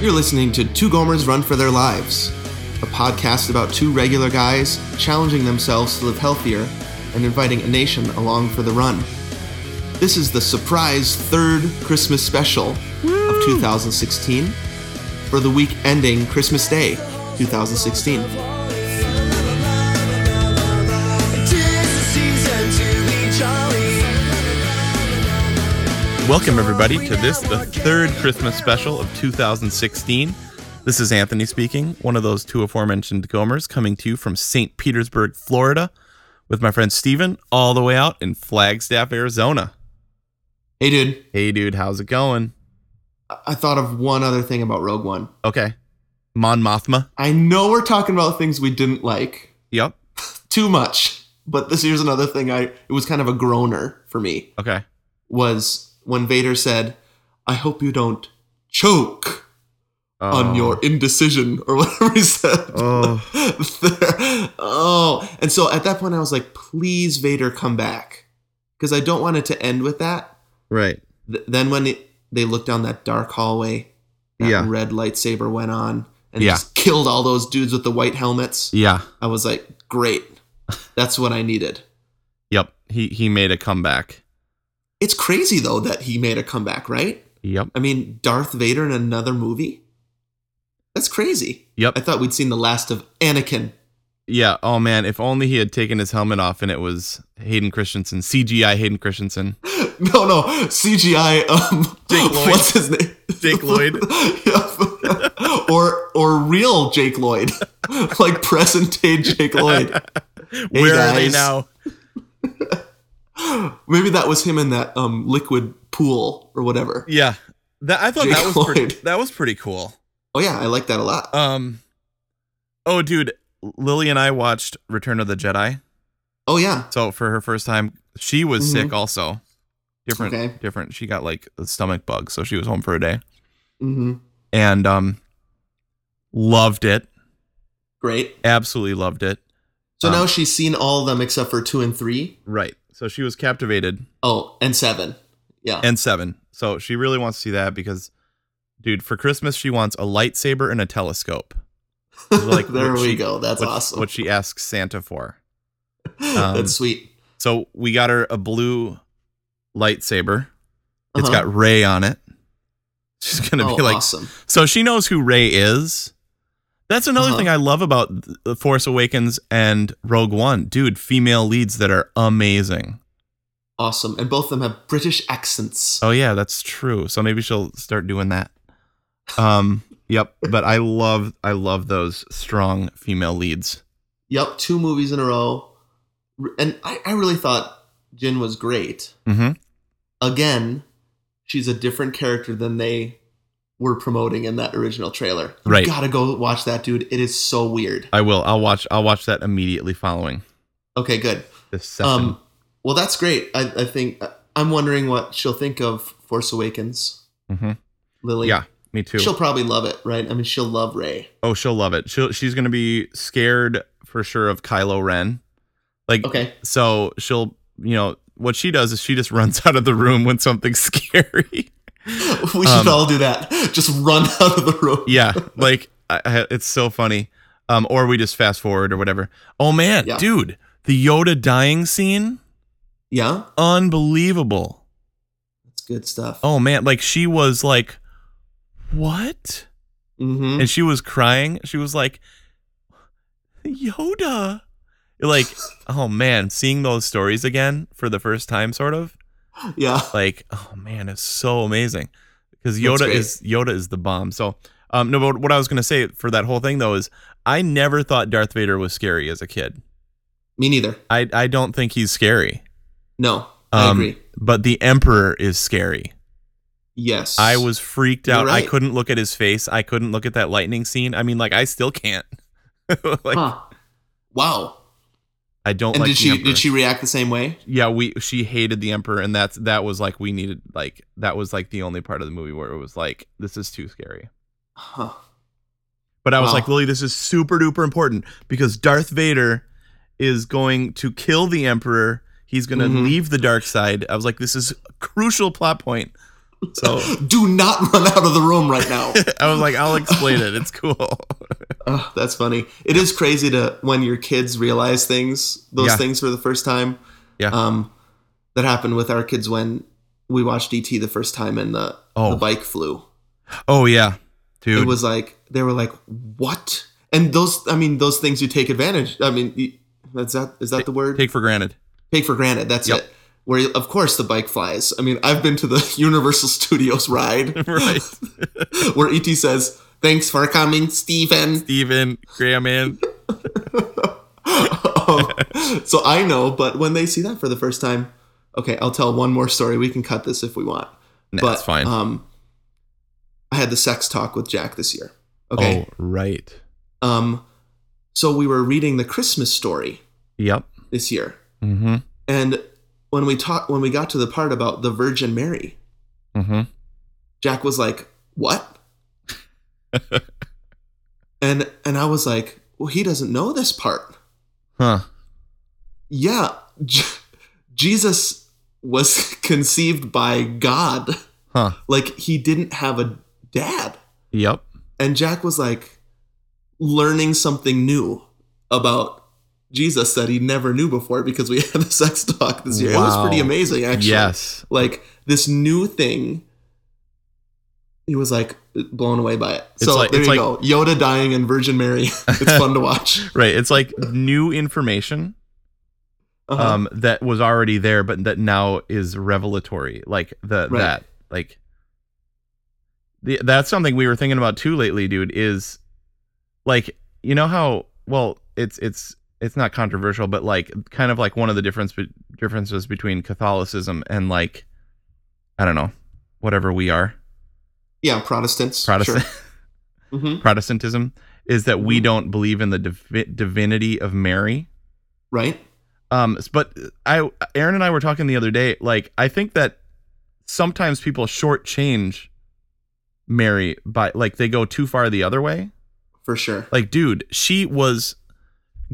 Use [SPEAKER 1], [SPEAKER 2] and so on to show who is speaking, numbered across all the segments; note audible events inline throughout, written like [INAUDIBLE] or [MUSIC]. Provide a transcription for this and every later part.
[SPEAKER 1] You're listening to Two Gomers Run for Their Lives, a podcast about two regular guys challenging themselves to live healthier and inviting a nation along for the run. This is the surprise third Christmas special of 2016 for the week ending Christmas Day 2016.
[SPEAKER 2] Welcome, everybody, to this, the third Christmas special of 2016. This is Anthony speaking, one of those two aforementioned Gomers, coming to you from St. Petersburg, Florida, with my friend Steven, all the way out in Flagstaff, Arizona.
[SPEAKER 1] Hey, dude,
[SPEAKER 2] Hey, dude, how's it going?
[SPEAKER 1] I- I thought of one other thing about Rogue One.
[SPEAKER 2] Okay. Mon Mothma.
[SPEAKER 1] I know we're talking about things we didn't like
[SPEAKER 2] Yep.
[SPEAKER 1] too much, but this here's another thing I it was kind of a groaner for me.
[SPEAKER 2] Okay.
[SPEAKER 1] was when Vader said, I hope you don't choke on your indecision or [LAUGHS] whatever he said.
[SPEAKER 2] [LAUGHS]
[SPEAKER 1] [LAUGHS]
[SPEAKER 2] Oh.
[SPEAKER 1] There- oh. And so at that point, I was like, please, Vader, come back. Because I don't want it to end with that.
[SPEAKER 2] Right.
[SPEAKER 1] Th- then when it, they looked down that dark hallway, that
[SPEAKER 2] Yeah.
[SPEAKER 1] red lightsaber went on and
[SPEAKER 2] Yeah.
[SPEAKER 1] just killed all those dudes with the white helmets.
[SPEAKER 2] Yeah.
[SPEAKER 1] I was like, great. That's what I needed.
[SPEAKER 2] Yep. He he made a comeback.
[SPEAKER 1] It's crazy, though, that he made a comeback, right?
[SPEAKER 2] Yep.
[SPEAKER 1] I mean, Darth Vader in another movie? That's crazy.
[SPEAKER 2] Yep.
[SPEAKER 1] I thought we'd seen the last of Anakin. [LAUGHS]
[SPEAKER 2] Yeah. Oh man, if only he had taken his helmet off and it was Hayden Christensen, CGI Hayden Christensen.
[SPEAKER 1] No, no, CGI. Um,
[SPEAKER 2] [LAUGHS] Jake Lloyd.
[SPEAKER 1] What's his name?
[SPEAKER 2] Jake Lloyd.
[SPEAKER 1] [LAUGHS] Yep. [LAUGHS] or or real Jake Lloyd, [LAUGHS] like present day Jake
[SPEAKER 2] [LAUGHS]
[SPEAKER 1] Lloyd.
[SPEAKER 2] Where are they
[SPEAKER 1] guys.
[SPEAKER 2] now?
[SPEAKER 1] Maybe that was him in that um liquid pool or whatever.
[SPEAKER 2] Yeah. That I thought
[SPEAKER 1] Jake
[SPEAKER 2] that was pretty,
[SPEAKER 1] Lloyd.
[SPEAKER 2] that was pretty cool.
[SPEAKER 1] Oh yeah, I like that a lot.
[SPEAKER 2] Um Oh dude, Lily and I watched Return of the Jedi.
[SPEAKER 1] Oh yeah,
[SPEAKER 2] So for her first time, she was sick also. Different
[SPEAKER 1] Mm-hmm. Okay.
[SPEAKER 2] different. She got like a stomach bug, so she was home for a day.
[SPEAKER 1] hmm
[SPEAKER 2] And um loved it.
[SPEAKER 1] great.
[SPEAKER 2] Absolutely loved it.
[SPEAKER 1] So
[SPEAKER 2] Um,
[SPEAKER 1] now she's seen all of them except for two and three.
[SPEAKER 2] Right. So she was captivated.
[SPEAKER 1] Oh, and seven. Yeah.
[SPEAKER 2] and seven. So she really wants to see that because, dude, for Christmas she wants a lightsaber and a telescope. Is
[SPEAKER 1] [LAUGHS]
[SPEAKER 2] Like
[SPEAKER 1] there
[SPEAKER 2] what
[SPEAKER 1] we
[SPEAKER 2] she-
[SPEAKER 1] go. That's
[SPEAKER 2] what,
[SPEAKER 1] awesome.
[SPEAKER 2] What she asks Santa for. um,
[SPEAKER 1] That's sweet.
[SPEAKER 2] So we got her a blue lightsaber. It's
[SPEAKER 1] Uh-huh.
[SPEAKER 2] got Ray on it. She's gonna
[SPEAKER 1] Oh,
[SPEAKER 2] be like,
[SPEAKER 1] awesome.
[SPEAKER 2] so she knows who Ray is. That's another
[SPEAKER 1] Uh-huh.
[SPEAKER 2] thing I love about th- The Force Awakens and Rogue One, dude. Female leads that are amazing.
[SPEAKER 1] Awesome. And both of them have British accents.
[SPEAKER 2] Oh yeah, that's true. So maybe she'll start doing that.
[SPEAKER 1] [LAUGHS]
[SPEAKER 2] Um, yep. But I love I love those strong female leads.
[SPEAKER 1] Yep, two movies in a row. R- And I, I really thought Jin was great.
[SPEAKER 2] Mm-hmm.
[SPEAKER 1] Again, she's a different character than they were promoting in that original trailer. You
[SPEAKER 2] Right.
[SPEAKER 1] gotta go watch that, dude. It is so weird.
[SPEAKER 2] I will. I'll watch. I'll watch that immediately following
[SPEAKER 1] Okay, good.
[SPEAKER 2] this session.
[SPEAKER 1] Um, well, that's great. I, I think uh, I'm wondering what she'll think of Force Awakens,
[SPEAKER 2] Mhm.
[SPEAKER 1] Lily.
[SPEAKER 2] Yeah, me too.
[SPEAKER 1] she'll probably love it, right? I mean, she'll love Ray.
[SPEAKER 2] oh, she'll love it. She'll, she's gonna be scared for sure of Kylo Ren. Like,
[SPEAKER 1] Okay,
[SPEAKER 2] so she'll. You know what she does is she just [LAUGHS] runs out of the room when something's [LAUGHS] scary.
[SPEAKER 1] we should
[SPEAKER 2] Um,
[SPEAKER 1] all do that. Just run [LAUGHS] out of the room.
[SPEAKER 2] yeah like I, I, it's so funny um or we just fast forward or whatever oh man
[SPEAKER 1] Yeah.
[SPEAKER 2] dude the yoda dying scene
[SPEAKER 1] Yeah,
[SPEAKER 2] unbelievable
[SPEAKER 1] it's good stuff.
[SPEAKER 2] oh man like she was like what
[SPEAKER 1] Mm-hmm.
[SPEAKER 2] and she was crying she was like yoda like oh man seeing those stories again for the first time sort of
[SPEAKER 1] Yeah.
[SPEAKER 2] like oh man it's so amazing because
[SPEAKER 1] That's
[SPEAKER 2] yoda
[SPEAKER 1] great.
[SPEAKER 2] is yoda is the bomb so um no but what i was gonna say for that whole thing though is i never thought darth vader was scary as a kid
[SPEAKER 1] Me neither.
[SPEAKER 2] i i don't think he's scary
[SPEAKER 1] No, I
[SPEAKER 2] Um,
[SPEAKER 1] agree.
[SPEAKER 2] but the emperor is scary
[SPEAKER 1] Yes.
[SPEAKER 2] i was freaked out
[SPEAKER 1] You're
[SPEAKER 2] i
[SPEAKER 1] right.
[SPEAKER 2] couldn't look at his face i couldn't look at that lightning scene i mean like i still can't [LAUGHS] like
[SPEAKER 1] Huh. Wow.
[SPEAKER 2] i don't
[SPEAKER 1] And
[SPEAKER 2] like
[SPEAKER 1] did
[SPEAKER 2] the
[SPEAKER 1] she
[SPEAKER 2] emperor.
[SPEAKER 1] did she react the same way?
[SPEAKER 2] yeah we she hated the emperor and that's that was like we needed like that was like the only part of the movie where it was like this is too scary
[SPEAKER 1] Huh.
[SPEAKER 2] But I was
[SPEAKER 1] Wow.
[SPEAKER 2] like, Lily, this is super duper important because Darth Vader is going to kill the Emperor. He's going to
[SPEAKER 1] Mhm.
[SPEAKER 2] leave the dark side. I was like, this is a crucial plot point. So [LAUGHS]
[SPEAKER 1] Do not [LAUGHS] run out of the room right now.
[SPEAKER 2] I was like, I'll explain it. It's cool.
[SPEAKER 1] Ugh, that's funny. It is crazy to when your kids realize things, those
[SPEAKER 2] Yeah.
[SPEAKER 1] things for the first time.
[SPEAKER 2] Yeah.
[SPEAKER 1] Um, that happened with our kids when we watched ET the first time and the,
[SPEAKER 2] Oh.
[SPEAKER 1] the bike flew.
[SPEAKER 2] Oh yeah, dude.
[SPEAKER 1] It was like they were like, "What?" And those, I mean, those things you take advantage. I mean, you- that's that. Is that the word?
[SPEAKER 2] Take for [LAUGHS] granted.
[SPEAKER 1] take for granted. That's
[SPEAKER 2] Yep.
[SPEAKER 1] it. Where of course the bike flies. I mean, I've been to the [LAUGHS] Universal Studios
[SPEAKER 2] [LAUGHS]
[SPEAKER 1] ride
[SPEAKER 2] Right.
[SPEAKER 1] where ET says, "Thanks for coming, Stephen."
[SPEAKER 2] Steven, Graham, man.
[SPEAKER 1] [LAUGHS] Um, so I know, but when they see that for the first time, okay, I'll tell one more story. We can cut this if we want.
[SPEAKER 2] Nah,
[SPEAKER 1] but
[SPEAKER 2] it's fine.
[SPEAKER 1] Um, I had the sex talk with Jack this year.
[SPEAKER 2] Oh
[SPEAKER 1] Okay.
[SPEAKER 2] right.
[SPEAKER 1] Um, so we were reading the Christmas story
[SPEAKER 2] Yep.
[SPEAKER 1] this year,
[SPEAKER 2] Mm-hmm.
[SPEAKER 1] and when we talked, when we got to the part about the Virgin Mary,
[SPEAKER 2] Mm-hmm.
[SPEAKER 1] Jack was like,
[SPEAKER 2] [LAUGHS]
[SPEAKER 1] "What?" and and I was like, "Well, he doesn't know this part."
[SPEAKER 2] Huh.
[SPEAKER 1] Yeah, J- Jesus was [LAUGHS] conceived by God.
[SPEAKER 2] Huh.
[SPEAKER 1] Like he didn't have a dad.
[SPEAKER 2] Yep.
[SPEAKER 1] And Jack was like learning something new about Jesus that he never knew before because we had the sex talk this year. It was
[SPEAKER 2] Wow.
[SPEAKER 1] pretty amazing actually.
[SPEAKER 2] Yes.
[SPEAKER 1] Like this new thing he was like blown away by it.
[SPEAKER 2] It's
[SPEAKER 1] so
[SPEAKER 2] like-
[SPEAKER 1] there you
[SPEAKER 2] it's like-
[SPEAKER 1] go. Yoda dying and Virgin Mary. [LAUGHS] it's fun to watch.
[SPEAKER 2] Right. It's like new information
[SPEAKER 1] Uh-huh.
[SPEAKER 2] um that was already there but that now is revelatory. Like the
[SPEAKER 1] Right.
[SPEAKER 2] that like the, that's something we were thinking about too lately, dude, is like you know how well it's it's it's not controversial but like kind of like one of the difference be- differences between Catholicism and like I don't know, whatever we are.
[SPEAKER 1] yeah, Protestants.
[SPEAKER 2] Protestant
[SPEAKER 1] Sure. hmm
[SPEAKER 2] [LAUGHS] Protestantism is that we
[SPEAKER 1] Mhm.
[SPEAKER 2] don't believe in the divi- divinity of Mary.
[SPEAKER 1] Right?
[SPEAKER 2] Um, s- but I, Aaron and I were talking the other day. Like, I think that sometimes people shortchange Mary by like they go too far the other way.
[SPEAKER 1] For sure.
[SPEAKER 2] Like, dude, she was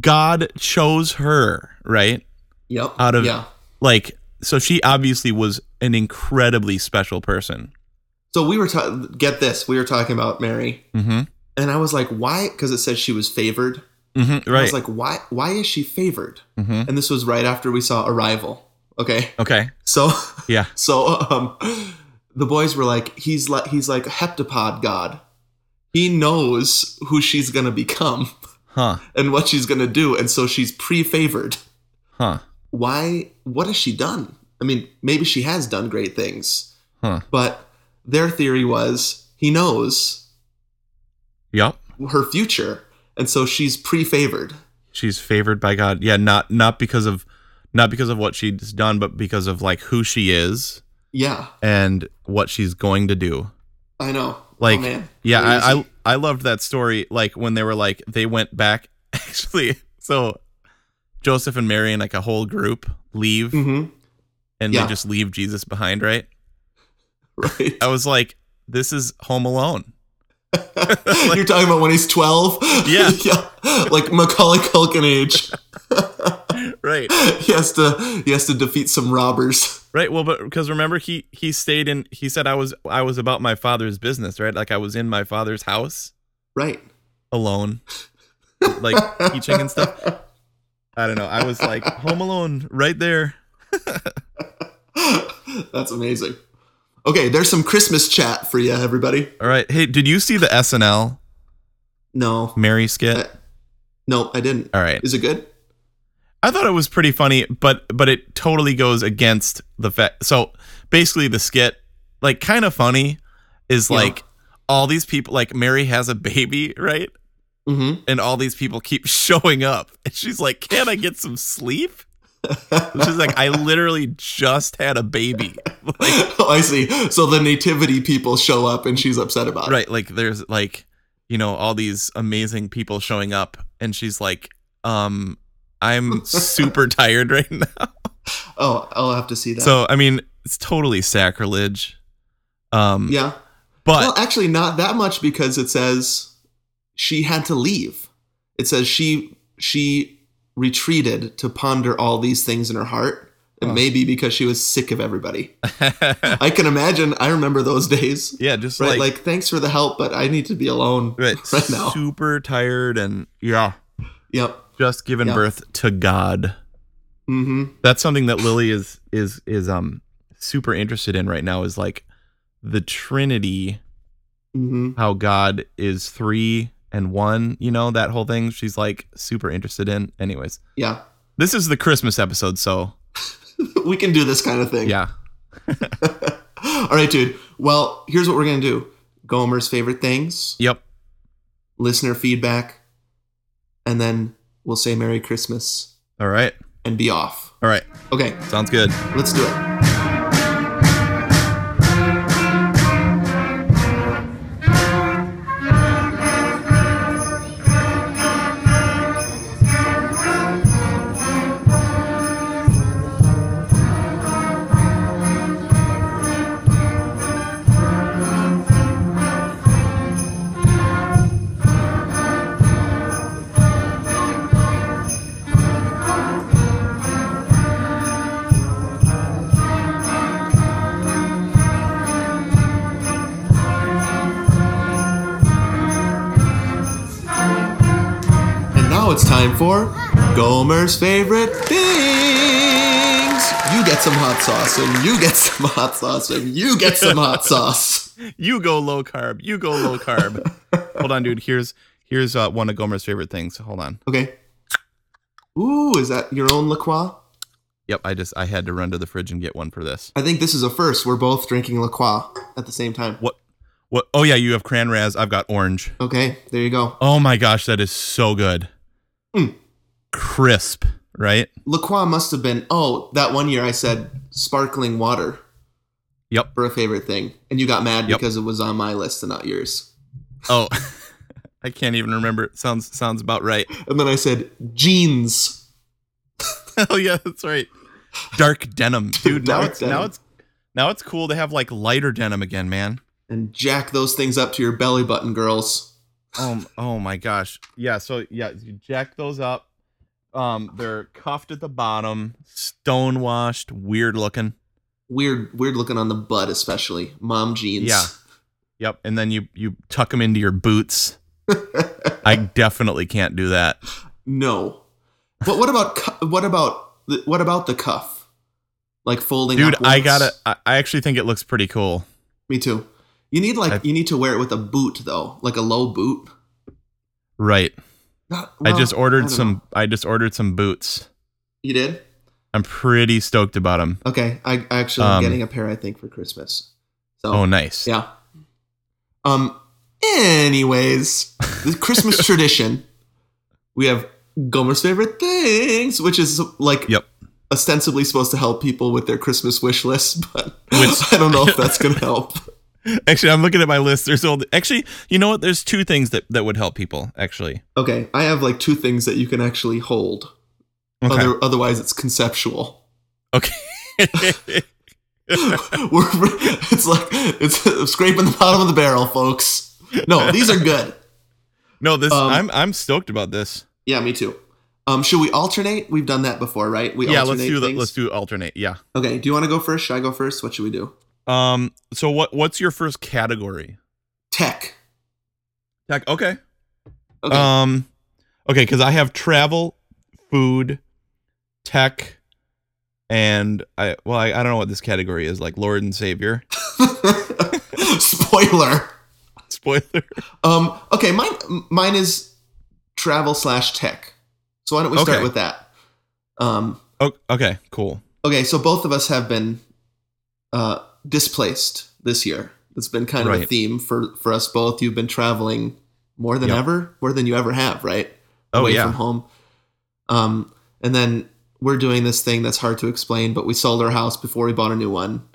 [SPEAKER 2] God chose her, right?
[SPEAKER 1] Yep.
[SPEAKER 2] Out of-
[SPEAKER 1] yeah.
[SPEAKER 2] Like, so she obviously was an incredibly special person.
[SPEAKER 1] So we were ta- get this. We were talking about Mary,
[SPEAKER 2] Mm-hmm.
[SPEAKER 1] and I was like, why? Because it says she was favored.
[SPEAKER 2] Mm-hmm.
[SPEAKER 1] I
[SPEAKER 2] Right.
[SPEAKER 1] was like, why? Why is she favored?
[SPEAKER 2] mm-hmm.
[SPEAKER 1] And this was right after we saw Arrival. Okay,
[SPEAKER 2] Okay.
[SPEAKER 1] so [LAUGHS]
[SPEAKER 2] Yeah.
[SPEAKER 1] so um, the boys were like, he's like he's like a heptapod god. He knows who she's gonna become [LAUGHS]
[SPEAKER 2] Huh.
[SPEAKER 1] and what she's gonna do, and so she's pre-favored.
[SPEAKER 2] Huh.
[SPEAKER 1] Why? What has she done? I mean, maybe she has done great things,
[SPEAKER 2] Huh.
[SPEAKER 1] but their theory was he knows
[SPEAKER 2] Yep.
[SPEAKER 1] her future, and so she's pre-favored.
[SPEAKER 2] she's favored by God. Yeah, not not because of not because of what she's done, but because of like who she is
[SPEAKER 1] Yeah,
[SPEAKER 2] and what she's going to do.
[SPEAKER 1] I know.
[SPEAKER 2] Like,
[SPEAKER 1] oh, man.
[SPEAKER 2] Yeah, I, I
[SPEAKER 1] Crazy.
[SPEAKER 2] I loved that story. Like when they were like they went back [LAUGHS] actually. So Joseph and Mary and like a whole group leave
[SPEAKER 1] Mhm,
[SPEAKER 2] and
[SPEAKER 1] yeah.
[SPEAKER 2] they just leave Jesus behind, right?
[SPEAKER 1] right.
[SPEAKER 2] [LAUGHS] I was like, this is Home
[SPEAKER 1] [LAUGHS]
[SPEAKER 2] Alone.
[SPEAKER 1] You're talking about when he's twelve. [LAUGHS]
[SPEAKER 2] Yeah.
[SPEAKER 1] like Macaulay Culkin age.
[SPEAKER 2] Right.
[SPEAKER 1] [LAUGHS] he has to he has to defeat some robbers. [LAUGHS]
[SPEAKER 2] Right. Well, but because remember he he stayed in he said I was I was about my father's business, right? Like I was in my father's house.
[SPEAKER 1] Right. [LAUGHS]
[SPEAKER 2] alone, like teaching and stuff.
[SPEAKER 1] [LAUGHS]
[SPEAKER 2] I don't know. I was like home alone right there.
[SPEAKER 1] That's amazing. Okay, there's some Christmas chat for you, everybody.
[SPEAKER 2] All right. Hey, did you see the SNL
[SPEAKER 1] No,
[SPEAKER 2] Mary skit?
[SPEAKER 1] no, I didn't.
[SPEAKER 2] All right.
[SPEAKER 1] Is it good?
[SPEAKER 2] I thought it was pretty funny, but but it totally goes against the fact. So basically, the skit, like kind of funny, is
[SPEAKER 1] Yeah.
[SPEAKER 2] like all these people. Like Mary has a baby, right? [LAUGHS]
[SPEAKER 1] Mm-hmm. [LAUGHS]
[SPEAKER 2] And all these people keep [LAUGHS] showing up, and she's like, "Can I get some sleep?" She's like, "I literally just had a baby." Like,
[SPEAKER 1] oh, I see. So the nativity people show up, and she's upset about it.
[SPEAKER 2] right like there's like you know all these amazing people showing up and she's like um
[SPEAKER 1] [LAUGHS]
[SPEAKER 2] i'm super tired right now
[SPEAKER 1] Oh, I'll have to see that.
[SPEAKER 2] so i mean it's totally sacrilege um
[SPEAKER 1] yeah.
[SPEAKER 2] but
[SPEAKER 1] well, actually, not that much because it says she had to leave. It says she she retreated to ponder all these things in her heart and maybe because she was sick of everybody. I can imagine. I remember those [LAUGHS] days.
[SPEAKER 2] [LAUGHS] Yeah, just
[SPEAKER 1] Right, like,
[SPEAKER 2] like,
[SPEAKER 1] thanks for the help, but I need to be alone [LAUGHS] right,
[SPEAKER 2] right,
[SPEAKER 1] now.
[SPEAKER 2] super tired and yeah,
[SPEAKER 1] Yep.
[SPEAKER 2] just given
[SPEAKER 1] Yeah.
[SPEAKER 2] birth to God.
[SPEAKER 1] Mm-hmm.
[SPEAKER 2] That's something that Lily is is is um super interested in right now is like the Trinity,
[SPEAKER 1] Mm-hmm.
[SPEAKER 2] how God is three and one, you know, that whole thing she's like super interested in. Anyways,
[SPEAKER 1] Yeah. [LAUGHS]
[SPEAKER 2] this is the Christmas episode, so
[SPEAKER 1] we can do this kind of thing.
[SPEAKER 2] yeah.
[SPEAKER 1] [GASPS] All right, dude. Well, here's what we're gonna do: Gomer's favorite things,
[SPEAKER 2] Yep.
[SPEAKER 1] listener feedback, and then we'll say Merry Christmas
[SPEAKER 2] All right.
[SPEAKER 1] and be off.
[SPEAKER 2] All right.
[SPEAKER 1] Okay,
[SPEAKER 2] Sounds good.
[SPEAKER 1] let's do it. And now it's time for Gomer's favorite things. You get some hot sauce, and you get [LAUGHS] some hot sauce, and you get some hot sauce.
[SPEAKER 2] You go low carb. You go low carb. Hold on, dude. Here's here's uh, one of Gomer's favorite things. Hold on.
[SPEAKER 1] Okay. Ooh, is that your own La Croix?
[SPEAKER 2] Yep, I just I had to run to the fridge and get one for this.
[SPEAKER 1] I think this is a first. We're both drinking La Croix at the same time.
[SPEAKER 2] What? What? Oh yeah, you have cran raz. I've got orange.
[SPEAKER 1] Okay, there you go.
[SPEAKER 2] Oh my gosh, that is so good.
[SPEAKER 1] Mm.
[SPEAKER 2] Crisp, right?
[SPEAKER 1] LaCroix must have been, oh, that one year I said sparkling water
[SPEAKER 2] Yep.
[SPEAKER 1] for a favorite thing. And you got mad
[SPEAKER 2] Yep.
[SPEAKER 1] because it was on my list and not yours.
[SPEAKER 2] Oh, [LAUGHS] I can't even remember. Sounds sounds about right.
[SPEAKER 1] And then I said jeans.
[SPEAKER 2] [LAUGHS] oh yeah, that's right. Dark denim, [LAUGHS] dude. now
[SPEAKER 1] Dark
[SPEAKER 2] it's now
[SPEAKER 1] denim.
[SPEAKER 2] it's now it's cool to have like lighter denim again, man.
[SPEAKER 1] And jack those things up to your belly button, girls.
[SPEAKER 2] Um. Oh my gosh. Yeah. So yeah, you jack those up. Um. They're cuffed at the bottom, stone washed, weird looking.
[SPEAKER 1] Weird, weird looking on the butt, especially. Mom jeans.
[SPEAKER 2] Yeah. Yep. And then you you tuck them into your [LAUGHS] boots. I definitely can't do that.
[SPEAKER 1] No. But what about, cu- what about, what about the cuff? Like folding
[SPEAKER 2] Dude, I
[SPEAKER 1] upwards?
[SPEAKER 2] gotta. I, I actually think it looks pretty cool.
[SPEAKER 1] Me too. You need like,
[SPEAKER 2] I've-
[SPEAKER 1] you need to wear it with a boot though, like a low boot.
[SPEAKER 2] Right.
[SPEAKER 1] Not-
[SPEAKER 2] I
[SPEAKER 1] well,
[SPEAKER 2] just
[SPEAKER 1] I
[SPEAKER 2] ordered
[SPEAKER 1] don't
[SPEAKER 2] some.
[SPEAKER 1] know.
[SPEAKER 2] I just ordered some boots.
[SPEAKER 1] You did?
[SPEAKER 2] I'm pretty stoked about them.
[SPEAKER 1] Okay, I I actually am
[SPEAKER 2] Um,
[SPEAKER 1] getting a pair I think for Christmas. So
[SPEAKER 2] Oh, nice.
[SPEAKER 1] yeah. Um. Anyways, the
[SPEAKER 2] [LAUGHS]
[SPEAKER 1] Christmas tradition. We have Gomer's favorite things, which is like
[SPEAKER 2] Yep.
[SPEAKER 1] ostensibly supposed to help people with their Christmas wish list, [LAUGHS] but
[SPEAKER 2] Which-
[SPEAKER 1] I don't know if that's
[SPEAKER 2] [LAUGHS]
[SPEAKER 1] gonna help.
[SPEAKER 2] Actually, I'm looking at my list. There's old. Actually, you know what? There's two things that that would help people. Actually.
[SPEAKER 1] Okay, I have like two things that you can actually hold.
[SPEAKER 2] Okay.
[SPEAKER 1] Other, otherwise, it's conceptual. [LAUGHS]
[SPEAKER 2] okay.
[SPEAKER 1] We're, it's like it's [LAUGHS] scraping the bottom of the barrel, folks. No, these are good.
[SPEAKER 2] [LAUGHS] no, this.
[SPEAKER 1] Um,
[SPEAKER 2] I'm I'm stoked about this.
[SPEAKER 1] Yeah, me too. Um, should we alternate? We've done that before, right? We
[SPEAKER 2] Yeah. Let's
[SPEAKER 1] alternate
[SPEAKER 2] do the,
[SPEAKER 1] things?
[SPEAKER 2] Let's do alternate. Yeah.
[SPEAKER 1] Okay. Do you want to go first? Should I go first? What should we do?
[SPEAKER 2] Um. So what what's your first category?
[SPEAKER 1] Tech. [LAUGHS]
[SPEAKER 2] Tech. Okay.
[SPEAKER 1] Okay.
[SPEAKER 2] Um, okay, because I have travel, food, tech, and I well, I, I don't know what this category is like Lord and Savior. [LAUGHS]
[SPEAKER 1] Spoiler.
[SPEAKER 2] Spoiler.
[SPEAKER 1] Um. Okay. Mine. Mine is travel slash tech. So why don't we start
[SPEAKER 2] Okay.
[SPEAKER 1] with that? Um.
[SPEAKER 2] Oh, okay, cool.
[SPEAKER 1] Okay. So both of us have been uh, displaced this year. It's been kind of a
[SPEAKER 2] Right.
[SPEAKER 1] theme for for us both. You've been traveling more than
[SPEAKER 2] Yep.
[SPEAKER 1] ever, more than you ever have, right?
[SPEAKER 2] Oh
[SPEAKER 1] away from
[SPEAKER 2] yeah,
[SPEAKER 1] home. Um, and then we're doing this thing that's hard to explain, but we sold our house before we bought a new one.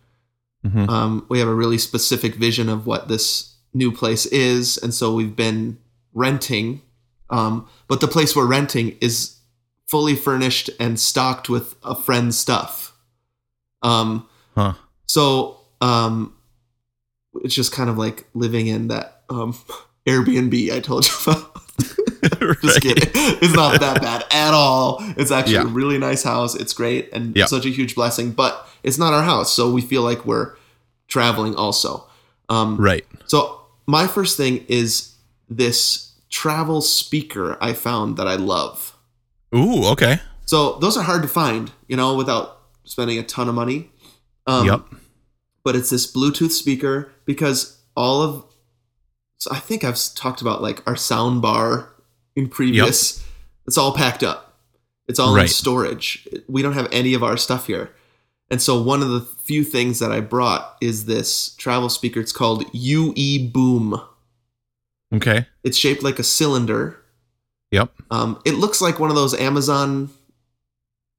[SPEAKER 2] Mhm.
[SPEAKER 1] Um, we have a really specific vision of what this new place is, and so we've been renting. Um, but the place we're renting is fully furnished and stocked with a friend's stuff. Um,
[SPEAKER 2] huh?
[SPEAKER 1] so um, [LAUGHS] it's just kind of like living in that um, Airbnb I told you about.
[SPEAKER 2] [LAUGHS]
[SPEAKER 1] [LAUGHS]
[SPEAKER 2] Right.
[SPEAKER 1] Just kidding. It's not that bad at all. It's actually
[SPEAKER 2] Yeah.
[SPEAKER 1] a really nice house. It's great and
[SPEAKER 2] Yeah.
[SPEAKER 1] such a huge blessing, but it's not our house. So we feel like we're traveling also. Um,
[SPEAKER 2] Right.
[SPEAKER 1] So my first thing is this travel speaker I found that I love.
[SPEAKER 2] Ooh, okay.
[SPEAKER 1] So those are hard to find, you know, without spending a ton of money. Um,
[SPEAKER 2] yep.
[SPEAKER 1] But it's this Bluetooth speaker because all of, so I think I've s- talked about like our sound bar in previous. It's all packed up. It's all in
[SPEAKER 2] Right.
[SPEAKER 1] storage. We don't have any of our stuff here. And so one of the few things that I brought is this travel speaker. It's called UE Boom.
[SPEAKER 2] Okay.
[SPEAKER 1] It's shaped like a cylinder.
[SPEAKER 2] Yep.
[SPEAKER 1] Um, it looks like one of those Amazon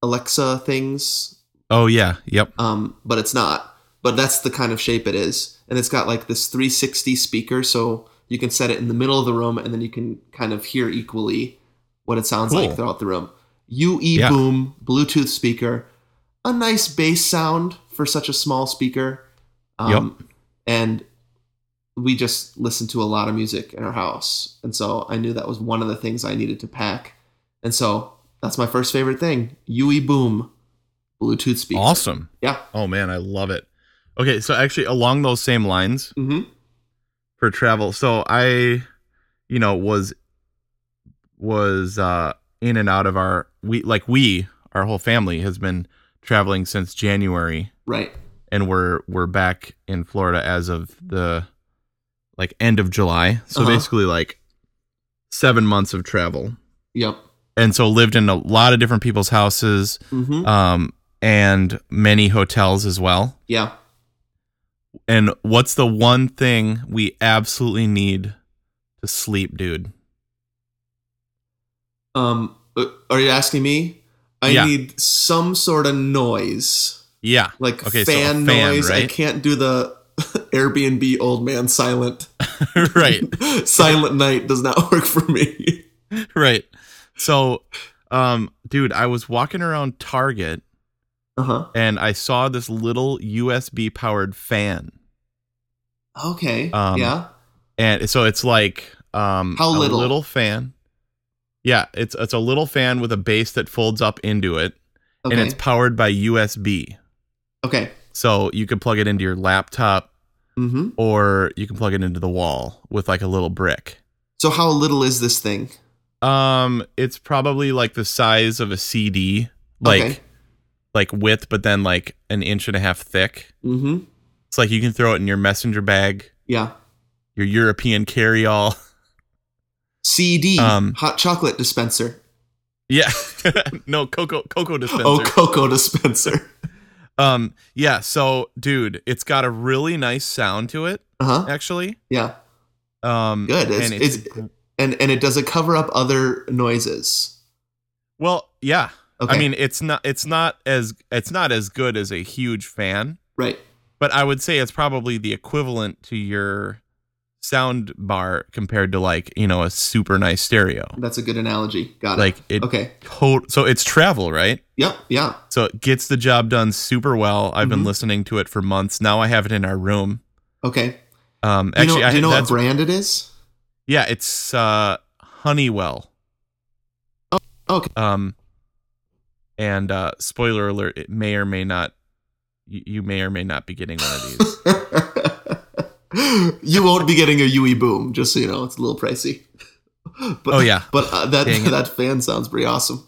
[SPEAKER 1] Alexa things,
[SPEAKER 2] Oh yeah. Yep.
[SPEAKER 1] um, but it's not. But that's the kind of shape it is, and it's got like this 360 speaker, so you can set it in the middle of the room, and then you can kind of hear equally what it sounds like
[SPEAKER 2] Cool.
[SPEAKER 1] throughout the room. UE
[SPEAKER 2] Yeah.
[SPEAKER 1] boom Bluetooth speaker, a nice bass sound for such a small speaker. Um, And we just listen to a lot of music in our house, and so I knew that was one of the things I needed to pack, and so that's my first favorite thing: UE boom Bluetooth speaker.
[SPEAKER 2] Awesome.
[SPEAKER 1] Yeah.
[SPEAKER 2] Oh man, I love it. Okay, so actually along those same lines
[SPEAKER 1] Mm-hmm.
[SPEAKER 2] for travel, so I, you know, was was uh in and out of our we like we our whole family has been traveling since January
[SPEAKER 1] Right.
[SPEAKER 2] and we're we're back in Florida as of the like end of July. So
[SPEAKER 1] Uh-huh.
[SPEAKER 2] basically like 7 months of travel.
[SPEAKER 1] Yep.
[SPEAKER 2] And so lived in a lot of different people's houses
[SPEAKER 1] Mm-hmm.
[SPEAKER 2] um and many hotels as well.
[SPEAKER 1] Yeah.
[SPEAKER 2] And what's the one thing we absolutely need to sleep, dude?
[SPEAKER 1] Um. uh, Are you asking me? I
[SPEAKER 2] Yeah.
[SPEAKER 1] need some sort of noise,
[SPEAKER 2] Yeah. [LAUGHS]
[SPEAKER 1] like
[SPEAKER 2] Okay, so a
[SPEAKER 1] fan,
[SPEAKER 2] fan,
[SPEAKER 1] noise. I
[SPEAKER 2] right?
[SPEAKER 1] can't do the [LAUGHS] Airbnb old man silent. [LAUGHS]
[SPEAKER 2] right.
[SPEAKER 1] silent night does not [LAUGHS] work for me.
[SPEAKER 2] Right. So, um, dude, I was walking around Target
[SPEAKER 1] Uh huh.
[SPEAKER 2] and I saw this little USB powered fan.
[SPEAKER 1] Okay.
[SPEAKER 2] Um,
[SPEAKER 1] yeah.
[SPEAKER 2] And so it's like um
[SPEAKER 1] How little?
[SPEAKER 2] a little fan. Yeah, it's it's a little fan with a base that folds up into it
[SPEAKER 1] Okay.
[SPEAKER 2] and it's powered by USB.
[SPEAKER 1] okay.
[SPEAKER 2] So you can plug it into your laptop
[SPEAKER 1] Mm-hmm.
[SPEAKER 2] or you can plug it into the wall with like a little brick.
[SPEAKER 1] So how little is this thing?
[SPEAKER 2] Um, it's probably like the size of a CD, like
[SPEAKER 1] Okay.
[SPEAKER 2] like width, but then like an inch and a half thick.
[SPEAKER 1] Mm-hmm.
[SPEAKER 2] It's like you can throw it in your messenger bag,
[SPEAKER 1] Yeah.
[SPEAKER 2] your European carry-all. [LAUGHS]
[SPEAKER 1] CD.
[SPEAKER 2] Um,
[SPEAKER 1] hot chocolate dispenser.
[SPEAKER 2] Yeah, [LAUGHS] no cocoa cocoa dispenser.
[SPEAKER 1] Oh, [LAUGHS] cocoa dispenser.
[SPEAKER 2] Um, yeah. So, dude, it's got a really nice sound to it,
[SPEAKER 1] Uh huh.
[SPEAKER 2] actually.
[SPEAKER 1] Yeah.
[SPEAKER 2] Um,
[SPEAKER 1] Good. It's-
[SPEAKER 2] and
[SPEAKER 1] it's- And and it does it cover up other noises.
[SPEAKER 2] well, yeah.
[SPEAKER 1] Okay.
[SPEAKER 2] I mean, it's not it's not as it's not as good as a huge fan,
[SPEAKER 1] right.
[SPEAKER 2] but I would say it's probably the equivalent to your sound bar compared to like you know a super nice stereo.
[SPEAKER 1] That's a good analogy. Got it.
[SPEAKER 2] Like it
[SPEAKER 1] Ah, okay.
[SPEAKER 2] tot- so it's travel, right?
[SPEAKER 1] Yep. Yeah.
[SPEAKER 2] So it gets the job done super well. I've been
[SPEAKER 1] Mhm.
[SPEAKER 2] listening to it for months. Now I have it in our room.
[SPEAKER 1] Okay.
[SPEAKER 2] Um,
[SPEAKER 1] Do you
[SPEAKER 2] actually,
[SPEAKER 1] know, do you know
[SPEAKER 2] I,
[SPEAKER 1] what
[SPEAKER 2] that's,
[SPEAKER 1] brand it is? [LAUGHS]
[SPEAKER 2] yeah, it's uh, Honeywell.
[SPEAKER 1] Oh, okay.
[SPEAKER 2] Um, and uh, spoiler alert: it may or may not. You, you may or may not be getting one of these.
[SPEAKER 1] you won't be getting a UE boom, just so you know. It's a little pricey. [LAUGHS] But,
[SPEAKER 2] Oh, yeah.
[SPEAKER 1] But uh, that
[SPEAKER 2] Dang
[SPEAKER 1] [LAUGHS]
[SPEAKER 2] it.
[SPEAKER 1] that fan sounds pretty awesome.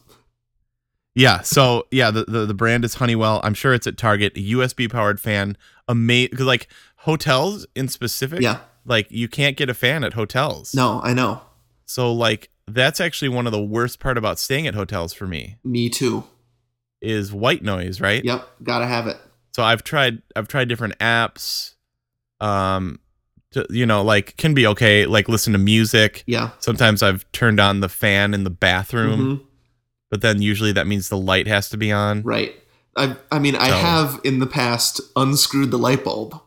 [SPEAKER 2] yeah. So yeah, the, the the brand is Honeywell. I'm sure it's at Target. A USB powered fan. Amazing. Because like hotels in specific.
[SPEAKER 1] Yeah.
[SPEAKER 2] Like you can't get a fan at hotels.
[SPEAKER 1] No, I know.
[SPEAKER 2] So like that's actually one of the worst part about staying at hotels for me
[SPEAKER 1] Me too.
[SPEAKER 2] is white noise, right?
[SPEAKER 1] Yep. Gotta have it.
[SPEAKER 2] So I've tried I've tried different apps um to you know like can be okay like listen to music.
[SPEAKER 1] Yeah.
[SPEAKER 2] Sometimes I've turned on the fan in the bathroom,
[SPEAKER 1] Mhm.
[SPEAKER 2] but then usually that means the light has to be on.
[SPEAKER 1] Right. I I mean I
[SPEAKER 2] So-
[SPEAKER 1] have in the past unscrewed the light bulb.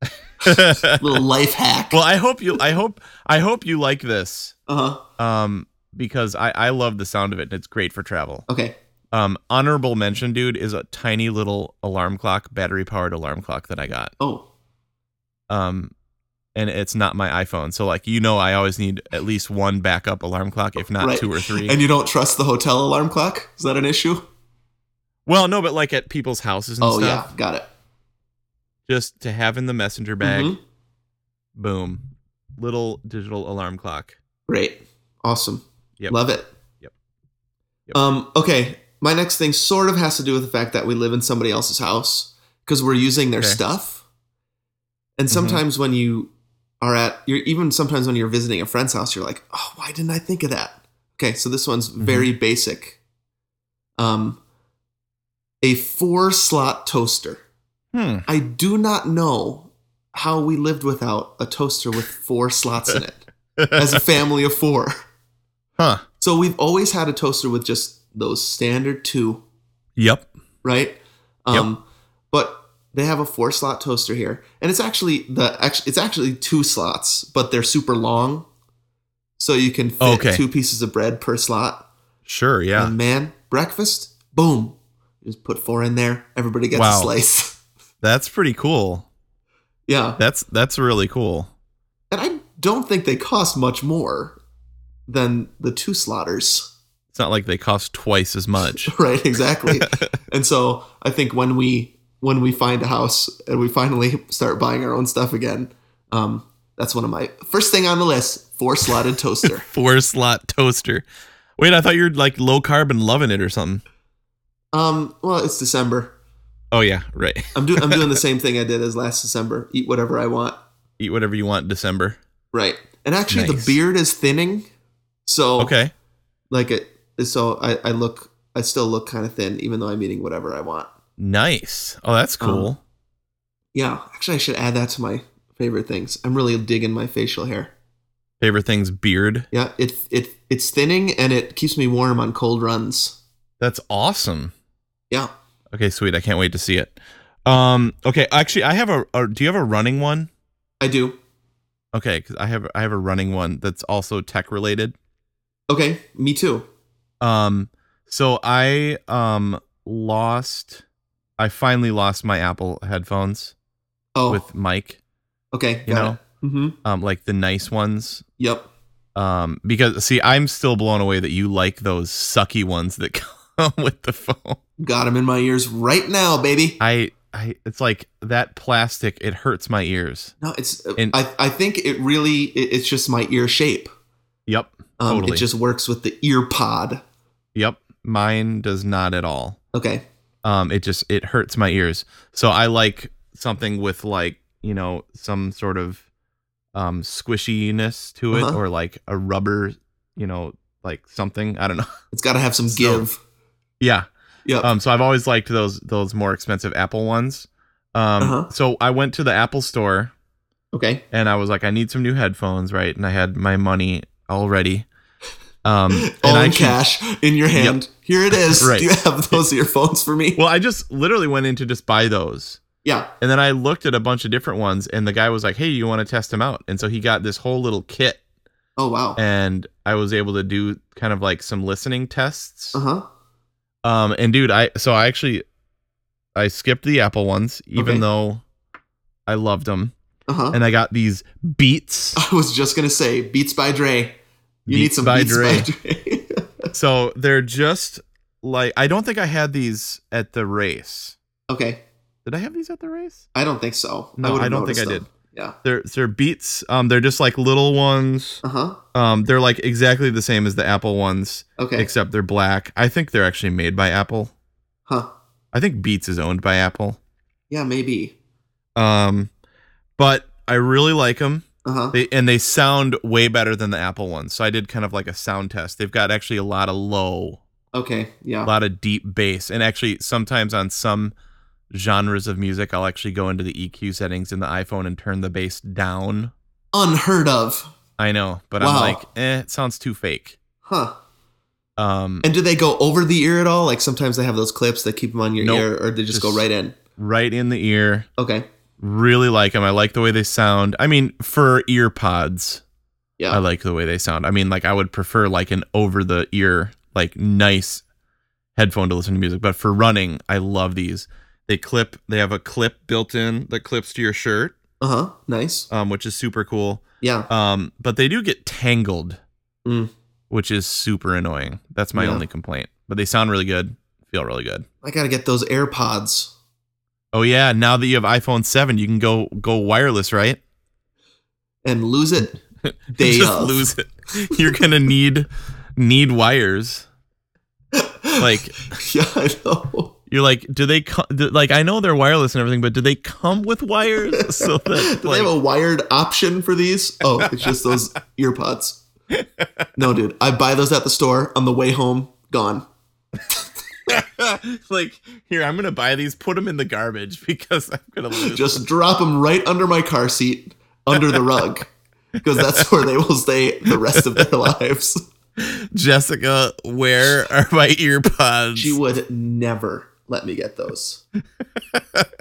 [SPEAKER 2] [LAUGHS]
[SPEAKER 1] Little life hack.
[SPEAKER 2] well, I hope you I hope I hope you like this
[SPEAKER 1] Uh huh.
[SPEAKER 2] um because I I love the sound of it and it's great for travel.
[SPEAKER 1] Okay.
[SPEAKER 2] Um, honorable mention, dude, is a tiny little alarm clock, battery powered alarm clock that I got.
[SPEAKER 1] Oh.
[SPEAKER 2] Um, and it's not my iPhone. So like you know, I always need at least one backup alarm clock, if not
[SPEAKER 1] Right.
[SPEAKER 2] two or three.
[SPEAKER 1] And you don't trust the hotel alarm clock? Is that an issue?
[SPEAKER 2] well, no, but like at people's houses and
[SPEAKER 1] Oh
[SPEAKER 2] stuff,
[SPEAKER 1] yeah, got it.
[SPEAKER 2] just to have in the messenger bag.
[SPEAKER 1] Mhm.
[SPEAKER 2] Boom, little digital alarm clock.
[SPEAKER 1] Great. Awesome.
[SPEAKER 2] Yep.
[SPEAKER 1] Love it.
[SPEAKER 2] Yep. Yep.
[SPEAKER 1] Um, okay. My next thing sort of has to do with the fact that we live in somebody else's house because we're using their
[SPEAKER 2] Okay.
[SPEAKER 1] stuff. And
[SPEAKER 2] Mhm.
[SPEAKER 1] sometimes when you are at, you're even sometimes when you're visiting a friend's house, you're like, oh, why didn't I think of that? Okay. So this one's
[SPEAKER 2] Mm-hmm.
[SPEAKER 1] very basic. Um, a four slot toaster.
[SPEAKER 2] Hmm.
[SPEAKER 1] I do not know how we lived without a toaster with four slots in it as a family of four.
[SPEAKER 2] huh.
[SPEAKER 1] So we've always had a toaster with just those standard two,
[SPEAKER 2] Yep.
[SPEAKER 1] right? Um, But they have a four slot toaster here, and it's actually the act- it's actually two slots, but they're super long, so you can fit
[SPEAKER 2] Okay.
[SPEAKER 1] two pieces of bread per slot.
[SPEAKER 2] Sure. Yeah.
[SPEAKER 1] And man, breakfast, boom, just put four in there. Everybody gets
[SPEAKER 2] Wow.
[SPEAKER 1] a slice. [LAUGHS]
[SPEAKER 2] That's pretty cool.
[SPEAKER 1] yeah,
[SPEAKER 2] That's that's really cool.
[SPEAKER 1] and I don't think they cost much more than the two slotters. [LAUGHS]
[SPEAKER 2] It's not like they cost twice as much. [LAUGHS]
[SPEAKER 1] right exactly and so i think when we when we find a house and we finally start buying our own stuff again um, that's one of my first thing on the list four slotted toaster
[SPEAKER 2] [LAUGHS] Four slot toaster. Wait, I thought you were like low carb and loving it or something.
[SPEAKER 1] um, well it's december
[SPEAKER 2] Oh yeah, right. [LAUGHS]
[SPEAKER 1] I'm, do- I'm doing the same thing i did as last december eat whatever i want
[SPEAKER 2] Eat whatever you want in December.
[SPEAKER 1] right and actually
[SPEAKER 2] Nice.
[SPEAKER 1] the beard is thinning so
[SPEAKER 2] Okay.
[SPEAKER 1] like it so I, I look i still look kind of thin even though i'm eating whatever i want
[SPEAKER 2] Nice. Oh, that's cool.
[SPEAKER 1] yeah actually i should add that to my favorite things i'm really digging my facial hair
[SPEAKER 2] Favorite things beard.
[SPEAKER 1] Yeah, it it it's thinning and it keeps me warm on cold runs.
[SPEAKER 2] That's awesome.
[SPEAKER 1] Yeah.
[SPEAKER 2] Okay, sweet. I can't wait to see it. Um okay, actually I have a, a do you have a running one?
[SPEAKER 1] I do.
[SPEAKER 2] Okay, cuz I have I have a running one that's also tech related.
[SPEAKER 1] Okay, me too.
[SPEAKER 2] Um, so I um lost. I finally lost my Apple headphones
[SPEAKER 1] Oh,
[SPEAKER 2] with Mike.
[SPEAKER 1] okay, got
[SPEAKER 2] you know?
[SPEAKER 1] it. Mm-hmm.
[SPEAKER 2] Um, like the nice ones.
[SPEAKER 1] Yep.
[SPEAKER 2] Um, because see, I'm still blown away that you like those sucky ones that [LAUGHS] come with the phone.
[SPEAKER 1] Got them in my ears right now, baby.
[SPEAKER 2] I, I, it's like that plastic. It hurts my ears.
[SPEAKER 1] no, it's uh,
[SPEAKER 2] And-
[SPEAKER 1] I I think it really it, it's just my ear shape.
[SPEAKER 2] Yep,
[SPEAKER 1] Um,
[SPEAKER 2] Totally.
[SPEAKER 1] It just works with the ear pod.
[SPEAKER 2] yep. Mine does not at all.
[SPEAKER 1] Okay.
[SPEAKER 2] um it just it hurts my ears so i like something with like you know some sort of um squishiness to it
[SPEAKER 1] Uh-huh.
[SPEAKER 2] or like a rubber you know like something i don't know [LAUGHS]
[SPEAKER 1] It's got to have some
[SPEAKER 2] So-
[SPEAKER 1] give.
[SPEAKER 2] yeah
[SPEAKER 1] Yep.
[SPEAKER 2] um so i've always liked those those more expensive apple ones um
[SPEAKER 1] Uh-huh.
[SPEAKER 2] so i went to the apple store
[SPEAKER 1] okay.
[SPEAKER 2] and i was like i need some new headphones right and i had my money already
[SPEAKER 1] [LAUGHS]
[SPEAKER 2] um and
[SPEAKER 1] All
[SPEAKER 2] I
[SPEAKER 1] in
[SPEAKER 2] actually-
[SPEAKER 1] cash in your hand. Here it is.
[SPEAKER 2] [LAUGHS] Right.
[SPEAKER 1] Do you have those earphones for me?
[SPEAKER 2] well i just literally went in to just buy those
[SPEAKER 1] yeah.
[SPEAKER 2] And then I looked at a bunch of different ones, and the guy was like, "Hey, you want to test them out?" And so he got this whole little kit,
[SPEAKER 1] Oh wow. Uh
[SPEAKER 2] and I was able to do kind of like some listening tests.
[SPEAKER 1] huh.
[SPEAKER 2] Um, and dude, I so I actually I skipped the Apple ones, even
[SPEAKER 1] Okay.
[SPEAKER 2] though I loved them,
[SPEAKER 1] Uh huh.
[SPEAKER 2] and I got these Beats.
[SPEAKER 1] [LAUGHS] I was just gonna say Beats by Dre. You need
[SPEAKER 2] Beats
[SPEAKER 1] some
[SPEAKER 2] by
[SPEAKER 1] Beats
[SPEAKER 2] Dre.
[SPEAKER 1] by Dre. [LAUGHS]
[SPEAKER 2] so they're just like I don't think I had these at the race.
[SPEAKER 1] okay,
[SPEAKER 2] Did I have these at the race?
[SPEAKER 1] I don't think so.
[SPEAKER 2] No,
[SPEAKER 1] would've
[SPEAKER 2] I don't think
[SPEAKER 1] noticed
[SPEAKER 2] I
[SPEAKER 1] them. Yeah.
[SPEAKER 2] They're they're Beats. Um, they're just like little ones.
[SPEAKER 1] Uh huh.
[SPEAKER 2] Um, they're like exactly the same as the Apple ones.
[SPEAKER 1] Okay.
[SPEAKER 2] except they're black. I think they're actually made by Apple.
[SPEAKER 1] huh.
[SPEAKER 2] I think Beats is owned by Apple.
[SPEAKER 1] Yeah, maybe.
[SPEAKER 2] Um, but I really like them.
[SPEAKER 1] Uh huh.
[SPEAKER 2] They and they sound way better than the Apple ones. So I did kind of like a sound test. They've got actually a lot of low,
[SPEAKER 1] Okay.
[SPEAKER 2] a
[SPEAKER 1] Yeah.
[SPEAKER 2] lot of deep bass, and actually sometimes on some genres of music, I'll actually go into the EQ settings in the iPhone and turn the bass down.
[SPEAKER 1] Unheard of.
[SPEAKER 2] I know, but
[SPEAKER 1] Wow.
[SPEAKER 2] I'm like, eh, it sounds too fake.
[SPEAKER 1] Huh.
[SPEAKER 2] Um,
[SPEAKER 1] And do they go over the ear at all? Like sometimes they have those clips that keep them on your
[SPEAKER 2] Nope.
[SPEAKER 1] ear, or they just, go
[SPEAKER 2] Just-
[SPEAKER 1] right in.
[SPEAKER 2] right in the ear.
[SPEAKER 1] Okay.
[SPEAKER 2] Really like them. I like the way they sound. I mean, for ear pods,
[SPEAKER 1] Yeah.
[SPEAKER 2] I like the way they sound. I mean, like I would prefer like an over the ear, like nice headphone to listen to music. But for running, I love these. They clip. They have a clip built in that clips to your shirt,
[SPEAKER 1] Uh huh. Nice.
[SPEAKER 2] um, which is super cool.
[SPEAKER 1] Yeah.
[SPEAKER 2] Um, but they do get tangled,
[SPEAKER 1] Mm.
[SPEAKER 2] which is super annoying. That's my
[SPEAKER 1] Yeah.
[SPEAKER 2] only complaint. But they sound really good, feel really good.
[SPEAKER 1] I gotta get those AirPods.
[SPEAKER 2] Oh yeah, now that you have iPhone seven, you can go go wireless, right?
[SPEAKER 1] and lose it. [LAUGHS] uh, Day
[SPEAKER 2] [LAUGHS] Just
[SPEAKER 1] of.
[SPEAKER 2] lose it. [LAUGHS] You're gonna need need wires. Like
[SPEAKER 1] yeah, I know.
[SPEAKER 2] you're like, do they co- do, like? I know they're wireless and everything, but do they come with wires? [LAUGHS] So that
[SPEAKER 1] [LAUGHS] Do
[SPEAKER 2] like,
[SPEAKER 1] they have a wired option for these? Oh, it's just those earpods. No, dude, I buy those at the store on the way home. Gone.
[SPEAKER 2] like [LAUGHS] here, I'm gonna buy these, put them in the garbage [LAUGHS] because I'm gonna lose.
[SPEAKER 1] Just drop them right under my car seat, under the rug, because that's where they will stay the rest of their [LAUGHS] lives.
[SPEAKER 2] Jessica, where are my earpods?
[SPEAKER 1] She would never let me get
[SPEAKER 2] [LAUGHS]
[SPEAKER 1] those.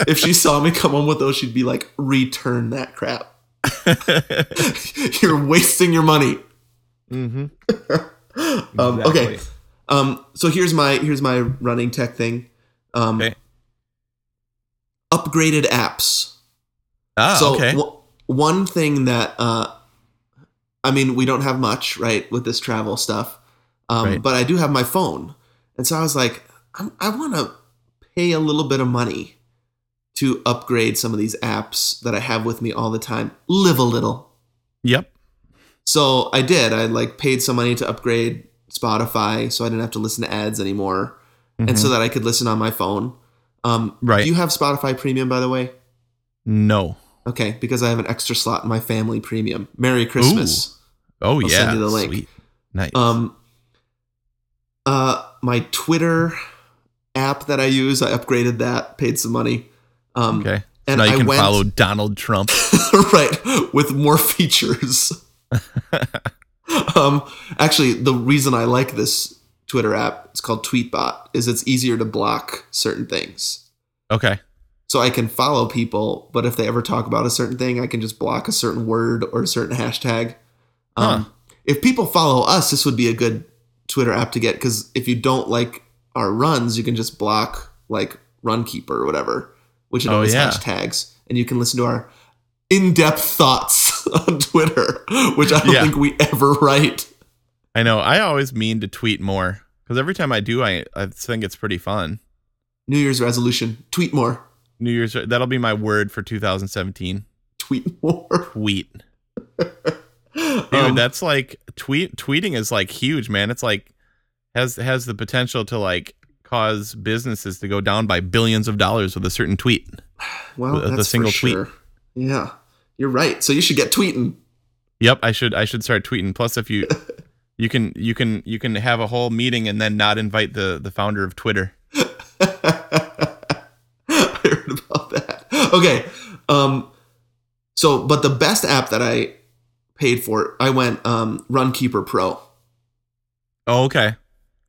[SPEAKER 1] if she saw me come home with those, she'd be like, "Return that crap. [LAUGHS] You're wasting your money."
[SPEAKER 2] mm-hmm.
[SPEAKER 1] [LAUGHS] Um,
[SPEAKER 2] Exactly.
[SPEAKER 1] Okay. Um, so here's my here's my running tech thing. Um,
[SPEAKER 2] Okay.
[SPEAKER 1] Upgraded apps.
[SPEAKER 2] Ah,
[SPEAKER 1] so
[SPEAKER 2] okay.
[SPEAKER 1] w- one thing that uh, I mean, we don't have much right with this travel stuff, um,
[SPEAKER 2] Right.
[SPEAKER 1] but I do have my phone, and so I was like, i I want to pay a little bit of money to upgrade some of these apps that I have with me all the time. Live a little.
[SPEAKER 2] yep.
[SPEAKER 1] So I did. I like paid some money to upgrade Spotify, so I didn't have to listen to ads anymore, and so that I could listen on my phone. Um,
[SPEAKER 2] Mm-hmm. Right.
[SPEAKER 1] Do you have Spotify Premium, by the way?
[SPEAKER 2] no.
[SPEAKER 1] Okay, because I have an extra slot in my family Premium. Merry Christmas.
[SPEAKER 2] Oh yeah.
[SPEAKER 1] send you the link.
[SPEAKER 2] Sweet. Nice.
[SPEAKER 1] Um, uh, my Twitter app that I use, I upgraded that, paid some money. Um,
[SPEAKER 2] okay.
[SPEAKER 1] and
[SPEAKER 2] now you
[SPEAKER 1] I
[SPEAKER 2] can
[SPEAKER 1] went-
[SPEAKER 2] follow Donald Trump.
[SPEAKER 1] [LAUGHS] right with more features
[SPEAKER 2] [LAUGHS]
[SPEAKER 1] um actually the reason i like this twitter app it's called tweetbot is it's easier to block certain things
[SPEAKER 2] Okay.
[SPEAKER 1] so i can follow people but if they ever talk about a certain thing i can just block a certain word or a certain hashtag um if people follow us this would be a good twitter app to get because if you don't like our runs you can just block like runkeeper or whatever which it
[SPEAKER 2] Oh,
[SPEAKER 1] always
[SPEAKER 2] yeah.
[SPEAKER 1] hashtags and you can listen to our in-depth thoughts [LAUGHS] on Twitter, which I don't
[SPEAKER 2] Yeah.
[SPEAKER 1] think we ever write.
[SPEAKER 2] I know. I always mean to tweet more because every time I do, I I think it's pretty fun.
[SPEAKER 1] New Year's resolution: tweet more,
[SPEAKER 2] New Year's that'll be my word for 2017.
[SPEAKER 1] tweet more.
[SPEAKER 2] Tweet, dude.
[SPEAKER 1] Um,
[SPEAKER 2] that's like tweet. Tweeting is like huge, man. It's like has has the potential to like cause businesses to go down by billions of dollars with a certain tweet.
[SPEAKER 1] well,
[SPEAKER 2] the- the
[SPEAKER 1] that's
[SPEAKER 2] single
[SPEAKER 1] for
[SPEAKER 2] tweet.
[SPEAKER 1] sure. Yeah, you're right. So you should get tweeting. [LAUGHS]
[SPEAKER 2] Yep, I should I should start tweeting. Plus, if you you can you can you can have a whole meeting and then not invite the the founder of Twitter.
[SPEAKER 1] I heard about that. Okay. Um so but the best app that I paid for, I went um Runkeeper Pro.
[SPEAKER 2] Oh, okay.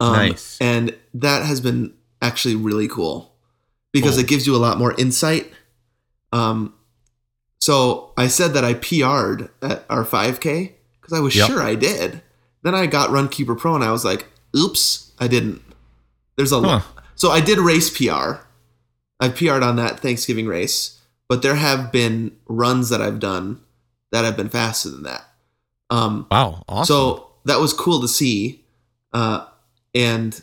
[SPEAKER 1] Um,
[SPEAKER 2] Nice.
[SPEAKER 1] And that has been actually really cool because
[SPEAKER 2] Cool.
[SPEAKER 1] it gives you a lot more insight. Um, so I said that I PR'd at our 5K because I was
[SPEAKER 2] Yep.
[SPEAKER 1] sure I did. Then I got Runkeeper Pro and I was like, oops, I didn't. There's a
[SPEAKER 2] Huh.
[SPEAKER 1] lot. So I did race PR. I PR'd on that Thanksgiving race, but there have been runs that I've done that have been faster than that. Um,
[SPEAKER 2] Wow. Awesome.
[SPEAKER 1] so that was cool to see, uh, and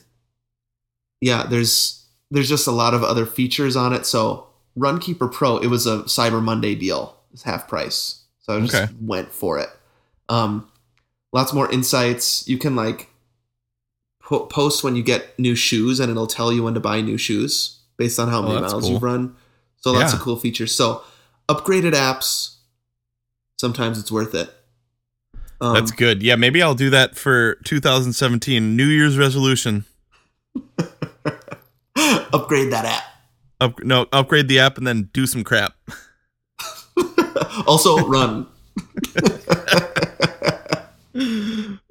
[SPEAKER 1] yeah, there's there's just a lot of other features on it. So Runkeeper Pro, it was a Cyber Monday deal, it's half price, so I just
[SPEAKER 2] Okay.
[SPEAKER 1] went for it. Um, lots more insights. You can like po- post when you get new shoes, and it'll tell you when to buy new shoes based on how
[SPEAKER 2] Oh,
[SPEAKER 1] many
[SPEAKER 2] that's
[SPEAKER 1] miles
[SPEAKER 2] cool.
[SPEAKER 1] you've run. So lots
[SPEAKER 2] Yeah.
[SPEAKER 1] of cool features. So upgraded apps. Sometimes it's worth it. Um,
[SPEAKER 2] That's good. Yeah, maybe I'll do that for 2017 New Year's resolution.
[SPEAKER 1] [LAUGHS] upgrade that app. [LAUGHS]
[SPEAKER 2] Up, no, upgrade the app and then do some crap. [LAUGHS]
[SPEAKER 1] Also, run.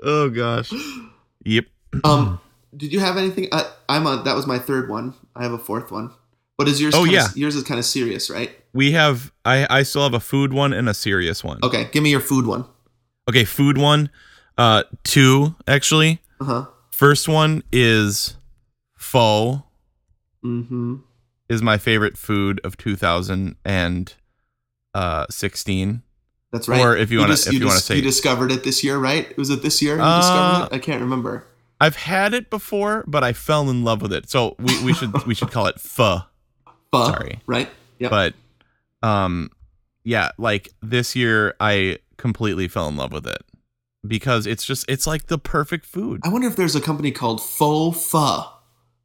[SPEAKER 2] Oh gosh. Yep.
[SPEAKER 1] Um, did you have anything? Uh, I'm on. That was my third one. I have a fourth one. But is yours?
[SPEAKER 2] Oh,
[SPEAKER 1] kinda,
[SPEAKER 2] yeah.
[SPEAKER 1] Yours is kind of serious, right?
[SPEAKER 2] We have I I still have a food one and a serious one.
[SPEAKER 1] Okay, give me your food one.
[SPEAKER 2] Okay, food one uh two actually.
[SPEAKER 1] Uh huh.
[SPEAKER 2] First one is pho
[SPEAKER 1] Mm hmm.
[SPEAKER 2] is my favorite food of 2000 and uh, 16.
[SPEAKER 1] That's right.
[SPEAKER 2] Or if you wanna-
[SPEAKER 1] just-
[SPEAKER 2] if you wanna
[SPEAKER 1] just-
[SPEAKER 2] say-
[SPEAKER 1] you discovered it this year, right? Was it this year? You
[SPEAKER 2] Uh,
[SPEAKER 1] discovered it? I can't remember.
[SPEAKER 2] I've had it before, but I fell in love with it. So we, we should we should call it pho.
[SPEAKER 1] Fuh,
[SPEAKER 2] sorry.
[SPEAKER 1] Right. Yep.
[SPEAKER 2] But um yeah, like this year I completely fell in love with it because it's just it's like the perfect food.
[SPEAKER 1] I wonder if there's a company called Faux Pho,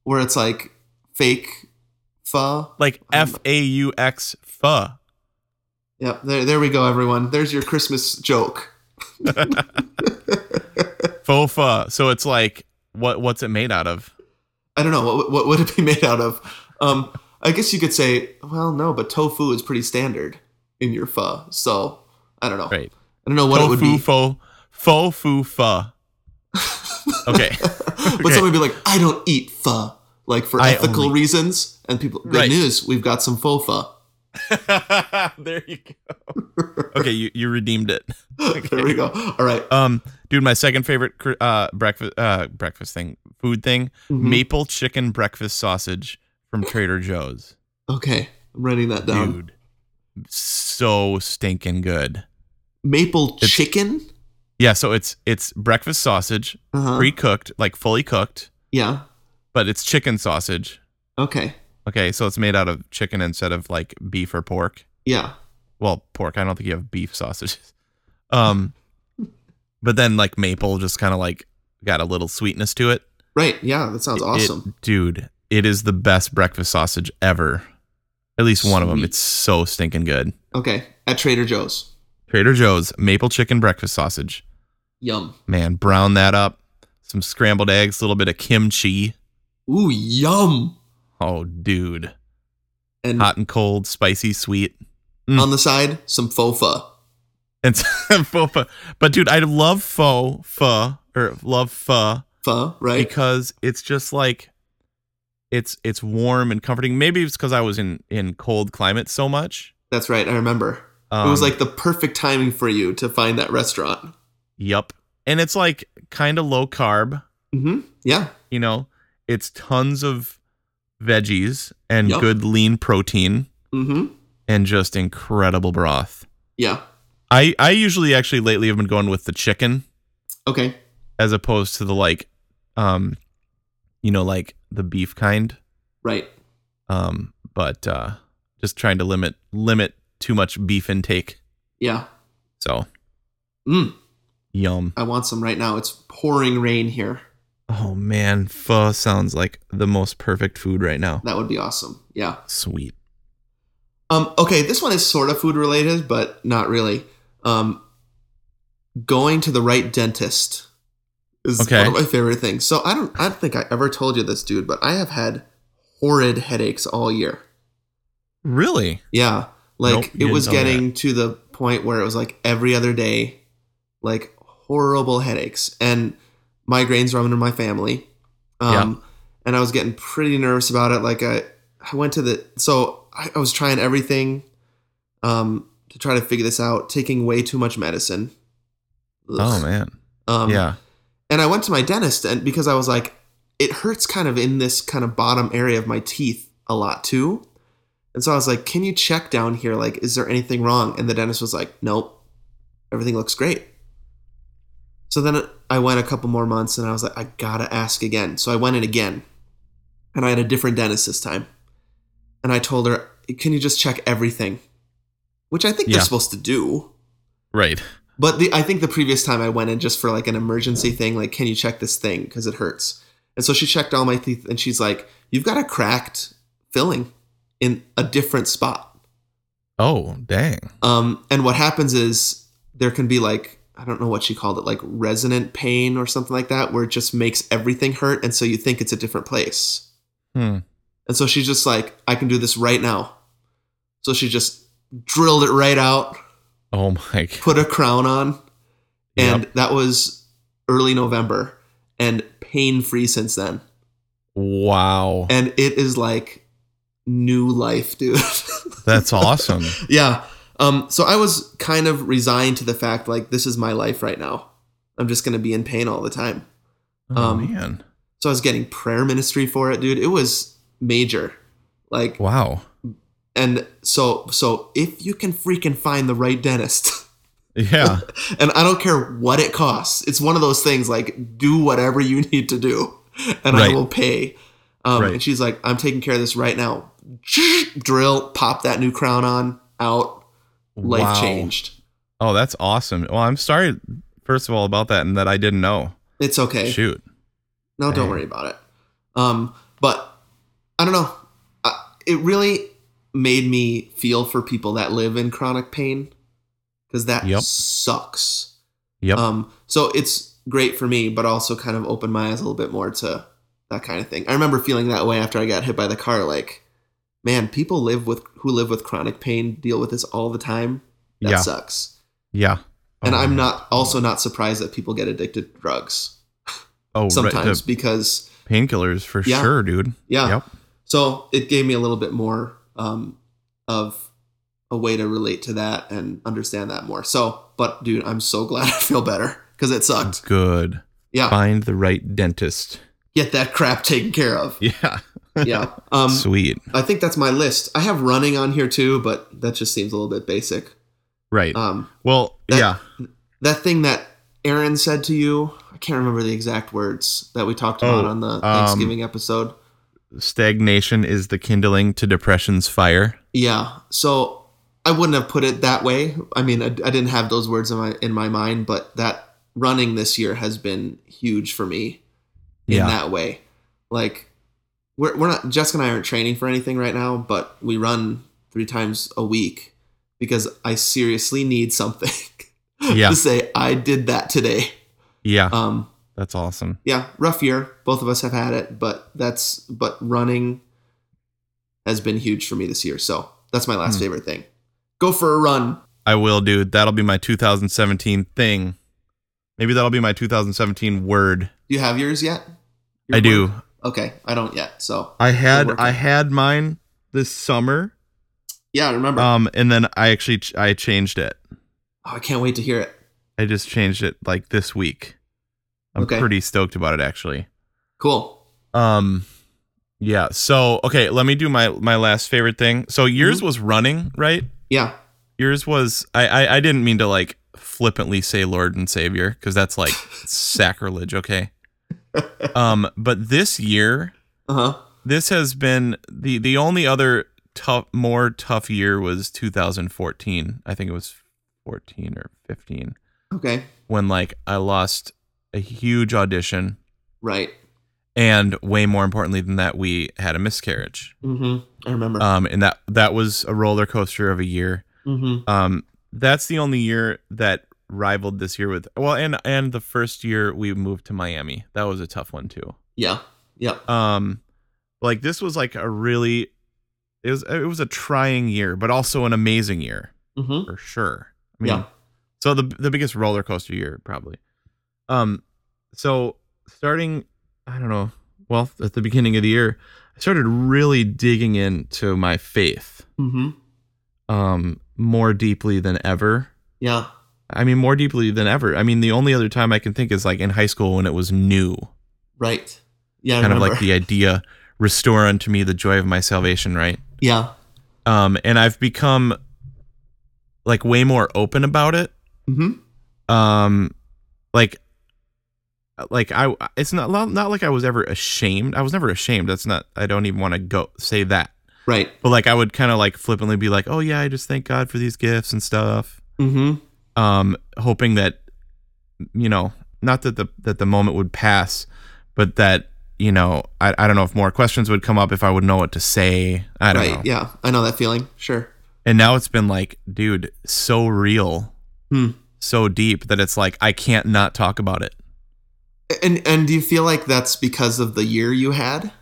[SPEAKER 1] where it's like fake pho.
[SPEAKER 2] Like
[SPEAKER 1] I'm-
[SPEAKER 2] F A U X pho.
[SPEAKER 1] Yep. There, there we go, everyone. There's your Christmas joke.
[SPEAKER 2] Faux pho. So it's like what what's it made out of?
[SPEAKER 1] I don't know what, what would it be [LAUGHS] made out of. Um, I guess you could say, well, no, but tofu is pretty standard in your pho, so I don't know.
[SPEAKER 2] Right.
[SPEAKER 1] I don't know what it would
[SPEAKER 2] Tofu
[SPEAKER 1] be.
[SPEAKER 2] pho fo fu
[SPEAKER 1] [LAUGHS]
[SPEAKER 2] pho. Okay. [LAUGHS]
[SPEAKER 1] But someone would be like, I don't eat pho, like for
[SPEAKER 2] I
[SPEAKER 1] ethical
[SPEAKER 2] only-
[SPEAKER 1] reasons. And people, good
[SPEAKER 2] Right.
[SPEAKER 1] news, we've got some faux pho. [LAUGHS]
[SPEAKER 2] there you go. Okay, you, you redeemed it.
[SPEAKER 1] there we go. All right.
[SPEAKER 2] Um, dude, my second favorite cr- uh breakfast uh breakfast thing food thing
[SPEAKER 1] Mhm.
[SPEAKER 2] maple chicken breakfast sausage from Trader Joe's.
[SPEAKER 1] Okay. I'm writing that down.
[SPEAKER 2] Dude, so stinking good.
[SPEAKER 1] Maple
[SPEAKER 2] It's-
[SPEAKER 1] chicken.
[SPEAKER 2] Yeah, so it's it's breakfast sausage,
[SPEAKER 1] Uh-huh.
[SPEAKER 2] pre cooked, like fully cooked,
[SPEAKER 1] yeah.
[SPEAKER 2] but it's chicken sausage.
[SPEAKER 1] Okay.
[SPEAKER 2] Okay, so it's made out of chicken instead of like beef or pork.
[SPEAKER 1] Yeah.
[SPEAKER 2] well, pork. I don't think you have beef sausages. Um, but then like maple just kind of like got a little sweetness to it.
[SPEAKER 1] Right. Yeah. That sounds
[SPEAKER 2] It-
[SPEAKER 1] awesome.
[SPEAKER 2] dude. It is the best breakfast sausage ever. At least one of them.
[SPEAKER 1] Sweet.
[SPEAKER 2] It's so stinking good.
[SPEAKER 1] okay. At Trader Joe's.
[SPEAKER 2] Trader Joe's maple chicken breakfast sausage.
[SPEAKER 1] Yum.
[SPEAKER 2] Man, brown that up. Some scrambled eggs, a little bit of kimchi.
[SPEAKER 1] Ooh, yum.
[SPEAKER 2] Oh, dude.
[SPEAKER 1] And
[SPEAKER 2] Hot and cold, spicy, sweet. Mm.
[SPEAKER 1] on the side, some faux pho.
[SPEAKER 2] And [LAUGHS] faux pho. But dude, I love faux pho or love pho
[SPEAKER 1] Pho, right?
[SPEAKER 2] because it's just like it's it's warm and comforting. Maybe it's because I was in in cold climates so much. Um,
[SPEAKER 1] That's right. I remember. it was like the perfect timing for you to find that restaurant.
[SPEAKER 2] yep, and it's like kind of low carb.
[SPEAKER 1] hmm Yeah.
[SPEAKER 2] You know, it's tons of veggies and
[SPEAKER 1] Yup.
[SPEAKER 2] good lean protein
[SPEAKER 1] hmm
[SPEAKER 2] and just incredible broth.
[SPEAKER 1] Yeah.
[SPEAKER 2] I I usually actually lately have been going with the chicken
[SPEAKER 1] Okay.
[SPEAKER 2] as opposed to the like, um, you know, like the beef kind.
[SPEAKER 1] Right.
[SPEAKER 2] Um, but uh, just trying to limit limit too much beef intake.
[SPEAKER 1] Yeah.
[SPEAKER 2] So
[SPEAKER 1] Mm,
[SPEAKER 2] yum.
[SPEAKER 1] I want some right now. It's pouring rain here.
[SPEAKER 2] Oh man, pho sounds like the most perfect food right now.
[SPEAKER 1] That would be awesome. Yeah.
[SPEAKER 2] Sweet.
[SPEAKER 1] Um, okay, this one is sort of food related, but not really. Um, going to the right dentist is
[SPEAKER 2] Okay.
[SPEAKER 1] one of my favorite things. So I don't, I don't think I ever told you this, dude, but I have had horrid headaches all year.
[SPEAKER 2] Really?
[SPEAKER 1] Yeah,
[SPEAKER 2] Nope,
[SPEAKER 1] like
[SPEAKER 2] you
[SPEAKER 1] it
[SPEAKER 2] didn't
[SPEAKER 1] was
[SPEAKER 2] tell me
[SPEAKER 1] getting to the point where it was like every other day, like horrible headaches and migraines running in my family. Um, and I was getting pretty nervous about it. Like I, I went to the so I, I was trying everything, um, to try to figure this out. Taking way too much medicine. Ugh.
[SPEAKER 2] Oh man.
[SPEAKER 1] Um,
[SPEAKER 2] yeah.
[SPEAKER 1] and I went to my dentist and because I was like, it hurts kind of in this kind of bottom area of my teeth a lot too. And so I was like, can you check down here? Like, is there anything wrong? And the dentist was like, nope, everything looks great. So then I went a couple more months and I was like, I gotta ask again. So I went in again and I had a different dentist this time. And I told her, can you just check everything? Which I think
[SPEAKER 2] Yeah.
[SPEAKER 1] they're supposed to do.
[SPEAKER 2] Right.
[SPEAKER 1] But the, I think the previous time I went in just for like an emergency thing, like, can you check this thing? Because it hurts. And so she checked all my teeth and she's like, you've got a cracked filling in a different spot.
[SPEAKER 2] Oh dang.
[SPEAKER 1] Um, and what happens is there can be like, I don't know what she called it, like resonant pain or something like that, where it just makes everything hurt. And so you think it's a different place.
[SPEAKER 2] Hmm.
[SPEAKER 1] And so she's just like, I can do this right now. So she just drilled it right out,
[SPEAKER 2] Oh my. g-
[SPEAKER 1] put a crown on, and
[SPEAKER 2] Yep.
[SPEAKER 1] that was early November and pain free since then.
[SPEAKER 2] Wow.
[SPEAKER 1] And it is like new life, [LAUGHS] dude. [LAUGHS]
[SPEAKER 2] That's awesome.
[SPEAKER 1] yeah. Um, so I was kind of resigned to the fact like this is my life right now. I'm just gonna be in pain all the time.
[SPEAKER 2] Oh
[SPEAKER 1] Um,
[SPEAKER 2] man.
[SPEAKER 1] So I was getting prayer ministry for it, dude. It was major. Like
[SPEAKER 2] Wow.
[SPEAKER 1] And so so if you can freaking find the right dentist, [LAUGHS]
[SPEAKER 2] Yeah.
[SPEAKER 1] and I don't care what it costs, it's one of those things like do whatever you [LAUGHS] need to do, and
[SPEAKER 2] Right.
[SPEAKER 1] I will pay. Um,
[SPEAKER 2] Right.
[SPEAKER 1] And she's like, I'm taking care of this right now. [LAUGHS] Drill, pop that new crown on, out, [LAUGHS] life
[SPEAKER 2] Wow.
[SPEAKER 1] changed.
[SPEAKER 2] Oh, that's awesome. Well, I'm sorry, first of all, about that and that I didn't know.
[SPEAKER 1] It's okay.
[SPEAKER 2] Shoot.
[SPEAKER 1] No, don't
[SPEAKER 2] Dang.
[SPEAKER 1] worry about it. Um, but I don't know. Uh, it really made me feel for people that live in chronic pain because that
[SPEAKER 2] Yep.
[SPEAKER 1] sucks.
[SPEAKER 2] Yep.
[SPEAKER 1] Um, so it's great for me, but also kind of opened my eyes a little bit more to that kind of thing. I remember feeling that way after I got hit by the car. Like, man, people live with who live with chronic pain deal with this all the time. That
[SPEAKER 2] yeah.
[SPEAKER 1] sucks.
[SPEAKER 2] Yeah.
[SPEAKER 1] And
[SPEAKER 2] Oh,
[SPEAKER 1] I'm
[SPEAKER 2] man.
[SPEAKER 1] not also not surprised that people get addicted to drugs
[SPEAKER 2] Oh, right.
[SPEAKER 1] sometimes
[SPEAKER 2] the
[SPEAKER 1] because
[SPEAKER 2] painkillers for
[SPEAKER 1] Yeah.
[SPEAKER 2] sure, dude.
[SPEAKER 1] Yeah.
[SPEAKER 2] Yep.
[SPEAKER 1] So it gave me a little bit more um, of a way to relate to that and understand that more. So, but dude, I'm so [LAUGHS] glad I feel better because it sucked.
[SPEAKER 2] Good.
[SPEAKER 1] Yeah.
[SPEAKER 2] Find the right dentist.
[SPEAKER 1] Get that crap taken care of.
[SPEAKER 2] Yeah.
[SPEAKER 1] Yeah. [LAUGHS] Um,
[SPEAKER 2] Sweet.
[SPEAKER 1] I think that's my list. I have running on here too, but that just seems a little bit basic.
[SPEAKER 2] Right.
[SPEAKER 1] Um,
[SPEAKER 2] well,
[SPEAKER 1] that-
[SPEAKER 2] yeah.
[SPEAKER 1] that thing that Aaron said to you, I can't remember the exact words that we talked about
[SPEAKER 2] Oh,
[SPEAKER 1] on the
[SPEAKER 2] um,
[SPEAKER 1] Thanksgiving episode.
[SPEAKER 2] Stagnation is the kindling to depression's fire.
[SPEAKER 1] Yeah. So I wouldn't have put it that way. I mean, I, I didn't have those words in my in my mind, but that running this year has been huge for me in
[SPEAKER 2] Yeah.
[SPEAKER 1] that way. Like we're we're not Jessica and I aren't training for anything right now, but we run three times a week because I seriously need something [LAUGHS]
[SPEAKER 2] Yeah.
[SPEAKER 1] to say I did that today.
[SPEAKER 2] Yeah.
[SPEAKER 1] Um
[SPEAKER 2] That's awesome.
[SPEAKER 1] yeah, rough year. Both of us have had it, but that's but running has been huge for me this year. So that's my last
[SPEAKER 2] Hmm.
[SPEAKER 1] favorite thing. Go for a run.
[SPEAKER 2] I will, dude. That'll be my 2017 thing. Maybe that'll be my 2017 word.
[SPEAKER 1] Do you have yours yet?
[SPEAKER 2] I
[SPEAKER 1] Your
[SPEAKER 2] do.
[SPEAKER 1] word? Okay, I don't yet. So
[SPEAKER 2] I had
[SPEAKER 1] working.
[SPEAKER 2] I had mine this summer.
[SPEAKER 1] yeah, I remember.
[SPEAKER 2] Um, and then I actually ch- I changed it.
[SPEAKER 1] oh, I can't wait to hear it.
[SPEAKER 2] I just changed it like this week. I'm
[SPEAKER 1] Okay.
[SPEAKER 2] pretty stoked about it actually.
[SPEAKER 1] Cool.
[SPEAKER 2] Um, yeah. So okay, let me do my my last favorite thing. So yours
[SPEAKER 1] Mm-hmm.
[SPEAKER 2] was running, right?
[SPEAKER 1] Yeah,
[SPEAKER 2] Yours was I I, I didn't mean to like flippantly say Lord and Savior because that's like sacrilege. Okay. Um, but this year
[SPEAKER 1] uh huh.
[SPEAKER 2] this has been the the only other tough more tough year was 2014 i think it was 14 or 15
[SPEAKER 1] Okay,
[SPEAKER 2] when like i lost a huge audition
[SPEAKER 1] right.
[SPEAKER 2] and way more importantly than that we had a miscarriage
[SPEAKER 1] Mm-hmm. I remember.
[SPEAKER 2] um and that that was a roller coaster of a year
[SPEAKER 1] mm-hmm.
[SPEAKER 2] um that's the only year that rivaled this year with well and and the first year we moved to miami that was a tough one too
[SPEAKER 1] Yeah, yeah.
[SPEAKER 2] um like this was like a really it was it was a trying year but also an amazing year
[SPEAKER 1] Mm-hmm.
[SPEAKER 2] for sure i mean
[SPEAKER 1] Yeah.
[SPEAKER 2] so the the biggest roller coaster year probably um so starting i don't know well at the beginning of the year i started really digging into my faith
[SPEAKER 1] Mm-hmm.
[SPEAKER 2] um more deeply than ever
[SPEAKER 1] Yeah.
[SPEAKER 2] i mean more deeply than ever i mean the only other time i can think is like in high school when it was new
[SPEAKER 1] Right. Yeah. I
[SPEAKER 2] kind of
[SPEAKER 1] remember.
[SPEAKER 2] like the idea restore unto me the joy of my salvation right
[SPEAKER 1] yeah.
[SPEAKER 2] um and i've become like way more open about it
[SPEAKER 1] Mm-hmm.
[SPEAKER 2] um like like i it's not not like i was ever ashamed i was never ashamed that's not i don't even want to go say that
[SPEAKER 1] Right.
[SPEAKER 2] but like i would kind of like flippantly be like oh yeah i just thank god for these gifts and stuff
[SPEAKER 1] Mm-hmm.
[SPEAKER 2] um hoping that you know not that the that the moment would pass but that you know i, I don't know if more questions would come up if i would know what to say i don't
[SPEAKER 1] Right.
[SPEAKER 2] know
[SPEAKER 1] Yeah. I know that feeling. Sure.
[SPEAKER 2] and now it's been like dude so real
[SPEAKER 1] Hmm.
[SPEAKER 2] so deep that it's like i can't not talk about it
[SPEAKER 1] And and do you feel like that's because of the year you had?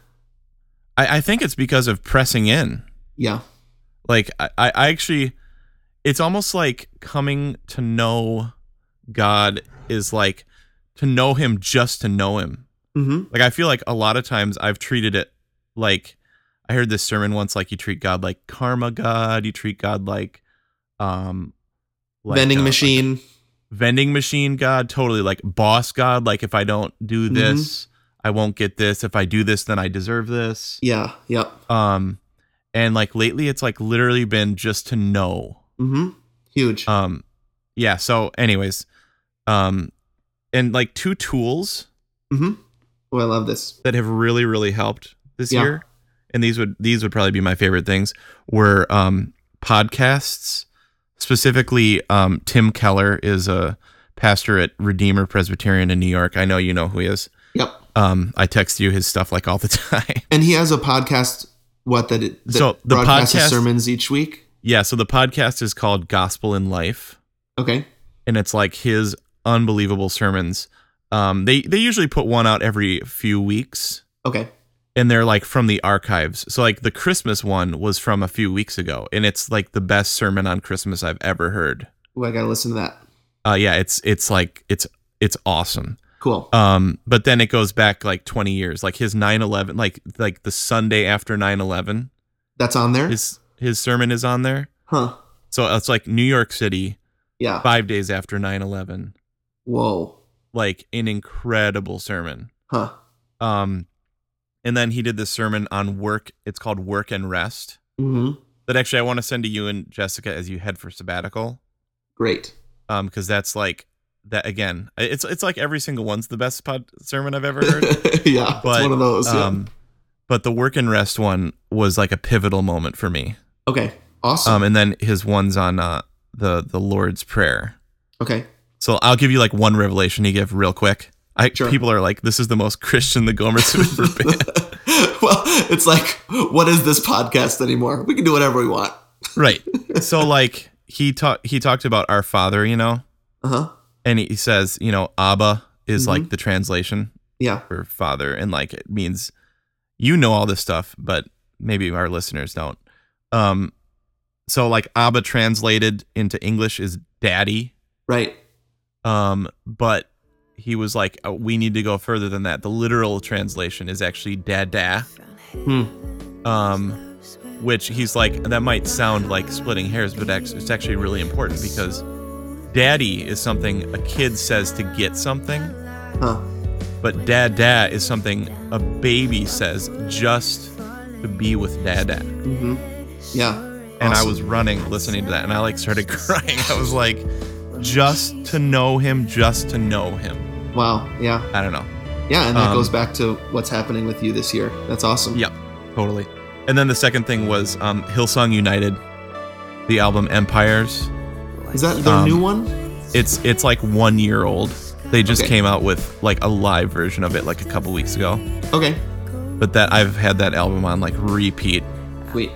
[SPEAKER 2] i, I think it's because of pressing in
[SPEAKER 1] Yeah.
[SPEAKER 2] like I, I I actually it's almost like coming to know god is like to know him just to know him
[SPEAKER 1] Mm-hmm.
[SPEAKER 2] Like I feel like a lot of times I've treated it like I heard this sermon once like you treat God like karma god, you treat God like um like,
[SPEAKER 1] Vending
[SPEAKER 2] uh,
[SPEAKER 1] machine.
[SPEAKER 2] vending machine god, totally like boss god, like if I don't do
[SPEAKER 1] Mhm.
[SPEAKER 2] this, I won't get this. If I do this, then I deserve this.
[SPEAKER 1] yeah. Yep.
[SPEAKER 2] Um And like lately, it's like literally been just to know.
[SPEAKER 1] Mm-hmm. Huge.
[SPEAKER 2] Um, yeah. So, anyways, um, and like two tools
[SPEAKER 1] Mm-hmm. Oh, I love this.
[SPEAKER 2] that have really really helped this
[SPEAKER 1] Yeah.
[SPEAKER 2] year and these would these would probably be my favorite things were um podcasts specifically um tim keller is a pastor at redeemer presbyterian in new york i know you know who he is
[SPEAKER 1] Yep.
[SPEAKER 2] um i text you his stuff like all the [LAUGHS] time
[SPEAKER 1] And he has a podcast. What that it that
[SPEAKER 2] So, the
[SPEAKER 1] broadcasts his
[SPEAKER 2] podcast-
[SPEAKER 1] sermons each week.
[SPEAKER 2] yeah so the podcast is called gospel in life
[SPEAKER 1] Okay.
[SPEAKER 2] and it's like his unbelievable sermons um they they usually put one out every few weeks
[SPEAKER 1] Okay.
[SPEAKER 2] and they're like from the archives. So like the Christmas one was from a few weeks ago, and it's like the best sermon on Christmas I've ever heard.
[SPEAKER 1] Ooh, I gotta listen to that.
[SPEAKER 2] Uh, yeah, it's it's like it's it's awesome.
[SPEAKER 1] Cool.
[SPEAKER 2] Um, but then it goes back like 20 years, like his 9/11, like like the Sunday after 9/11,
[SPEAKER 1] That's on there.
[SPEAKER 2] his his sermon is on there.
[SPEAKER 1] Huh.
[SPEAKER 2] So it's like New York City
[SPEAKER 1] Yeah.
[SPEAKER 2] five days after 9/11,
[SPEAKER 1] Whoa.
[SPEAKER 2] like an incredible sermon.
[SPEAKER 1] Huh.
[SPEAKER 2] Um, and then he did this sermon on work. It's called Work and Rest.
[SPEAKER 1] hmm
[SPEAKER 2] that actually I want to send to you and Jessica as you head for sabbatical.
[SPEAKER 1] Great.
[SPEAKER 2] Um, because that's like that again. It's it's like every single one's the best pod sermon I've ever heard.
[SPEAKER 1] [LAUGHS] yeah.
[SPEAKER 2] But,
[SPEAKER 1] it's one of those. yeah.
[SPEAKER 2] um, but the work and rest one was like a pivotal moment for me.
[SPEAKER 1] Okay. Awesome.
[SPEAKER 2] Um, and then his ones on uh the the Lord's prayer. [LAUGHS]
[SPEAKER 1] okay.
[SPEAKER 2] So I'll give you like one revelation he gave real quick. I
[SPEAKER 1] Sure.
[SPEAKER 2] people are like, this is the most [LAUGHS] Christian the Gomers
[SPEAKER 1] [LAUGHS]
[SPEAKER 2] have ever been.
[SPEAKER 1] well, it's like, what is this podcast anymore? We can do whatever we want.
[SPEAKER 2] right. So like he talked he talked about our Father, you know,
[SPEAKER 1] Uh huh.
[SPEAKER 2] and he says, you know, Abba is
[SPEAKER 1] Mhm.
[SPEAKER 2] like the translation
[SPEAKER 1] Yeah.
[SPEAKER 2] for father and like it means you know all this stuff but maybe our listeners don't um so like abba translated into english is daddy
[SPEAKER 1] Right.
[SPEAKER 2] um but he was like uh, we need to go further than that the literal translation is actually dada
[SPEAKER 1] Hmm.
[SPEAKER 2] um which he's like that might sound like splitting hairs but act- it's actually really important because daddy is something a kid says to get something
[SPEAKER 1] Huh.
[SPEAKER 2] But dad dad is something a baby says just to be with dad dad. And
[SPEAKER 1] Mm-hmm. Yeah.
[SPEAKER 2] I
[SPEAKER 1] Awesome.
[SPEAKER 2] was running listening to that and I like started [LAUGHS] crying. I was like, just to know him, just to know him.
[SPEAKER 1] Wow. Yeah.
[SPEAKER 2] I don't know.
[SPEAKER 1] Yeah. And that
[SPEAKER 2] Um,
[SPEAKER 1] goes back to what's happening with you this year. That's awesome.
[SPEAKER 2] Yep, totally. And then the second thing was um, Hillsong United, the album Empires.
[SPEAKER 1] Is that their
[SPEAKER 2] Um,
[SPEAKER 1] new one?
[SPEAKER 2] It's it's like one year old. They just
[SPEAKER 1] Okay.
[SPEAKER 2] came out with like a live version of it like a couple weeks ago.
[SPEAKER 1] Okay.
[SPEAKER 2] But that I've had that album on like repeat
[SPEAKER 1] Wait.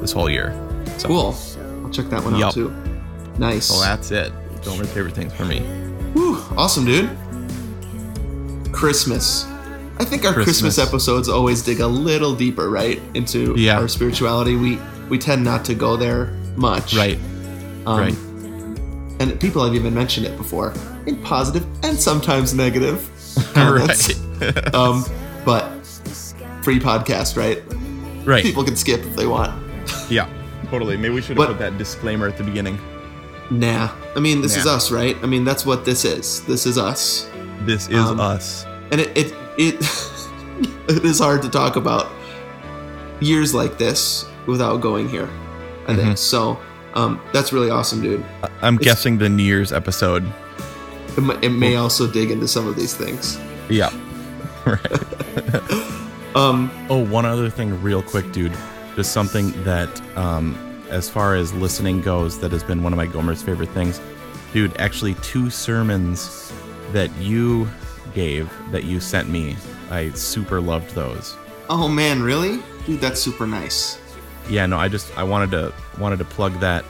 [SPEAKER 2] this whole year. So.
[SPEAKER 1] Cool. I'll check that one
[SPEAKER 2] Yup.
[SPEAKER 1] out too. Nice.
[SPEAKER 2] Well, that's it. Gomer's favorite things for me.
[SPEAKER 1] Whew, awesome, dude. Christmas. I think our Christmas.
[SPEAKER 2] Christmas.
[SPEAKER 1] episodes always dig a little deeper, right, into
[SPEAKER 2] Yeah.
[SPEAKER 1] our spirituality. We we tend not to go there much,
[SPEAKER 2] Right,
[SPEAKER 1] Um,
[SPEAKER 2] right.
[SPEAKER 1] And people have even mentioned it before in positive and sometimes
[SPEAKER 2] [LAUGHS]
[SPEAKER 1] negative [LAUGHS] comments.
[SPEAKER 2] right.
[SPEAKER 1] Um, but free podcast, right? [LAUGHS]
[SPEAKER 2] right.
[SPEAKER 1] People can skip if they want.
[SPEAKER 2] Yeah, totally. Maybe we should
[SPEAKER 1] But-
[SPEAKER 2] have put that disclaimer at the beginning.
[SPEAKER 1] Nah. I mean, this is
[SPEAKER 2] Nah.
[SPEAKER 1] us, right? I mean, that's what this is. This is us.
[SPEAKER 2] This is
[SPEAKER 1] Um,
[SPEAKER 2] us.
[SPEAKER 1] and it it it, [LAUGHS] it is hard to talk about years like this without going here. I think so. Um, that's really awesome, dude.
[SPEAKER 2] I- I'm guessing the New Year's episode.
[SPEAKER 1] It, mi- it may also dig into some of these things.
[SPEAKER 2] Yeah. [LAUGHS] right.
[SPEAKER 1] Um,
[SPEAKER 2] Oh, one other thing, real quick, dude. Just something that, um, as far as listening goes, that has been one of my Gomer's favorite things. Dude, actually, two sermons that you gave, that you sent me, I super loved those.
[SPEAKER 1] oh man, really, dude? That's super nice.
[SPEAKER 2] yeah no i just i wanted to wanted to plug that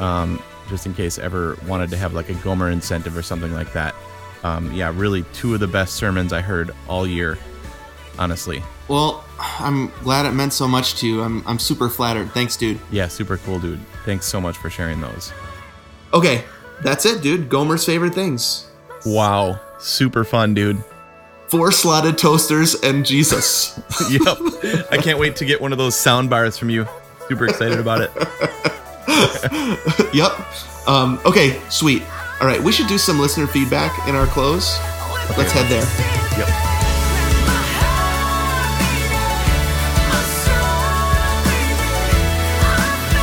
[SPEAKER 2] um just in case ever wanted to have like a gomer incentive or something like that um yeah really two of the best sermons i heard all year honestly
[SPEAKER 1] Well, I'm glad it meant so much to you. I'm I'm super flattered. Thanks, dude.
[SPEAKER 2] yeah super cool dude thanks so much for sharing those
[SPEAKER 1] Okay, that's it, dude. Gomer's favorite things:
[SPEAKER 2] wow super fun dude [LAUGHS]
[SPEAKER 1] four slotted toasters and Jesus. [LAUGHS]
[SPEAKER 2] yep i can't wait to get one of those sound bars from you super excited about it
[SPEAKER 1] Yep. Um, okay, sweet. All right, we should do some listener feedback in our close. Let's head there.
[SPEAKER 2] yep
[SPEAKER 3] My heart beating, my soul beating,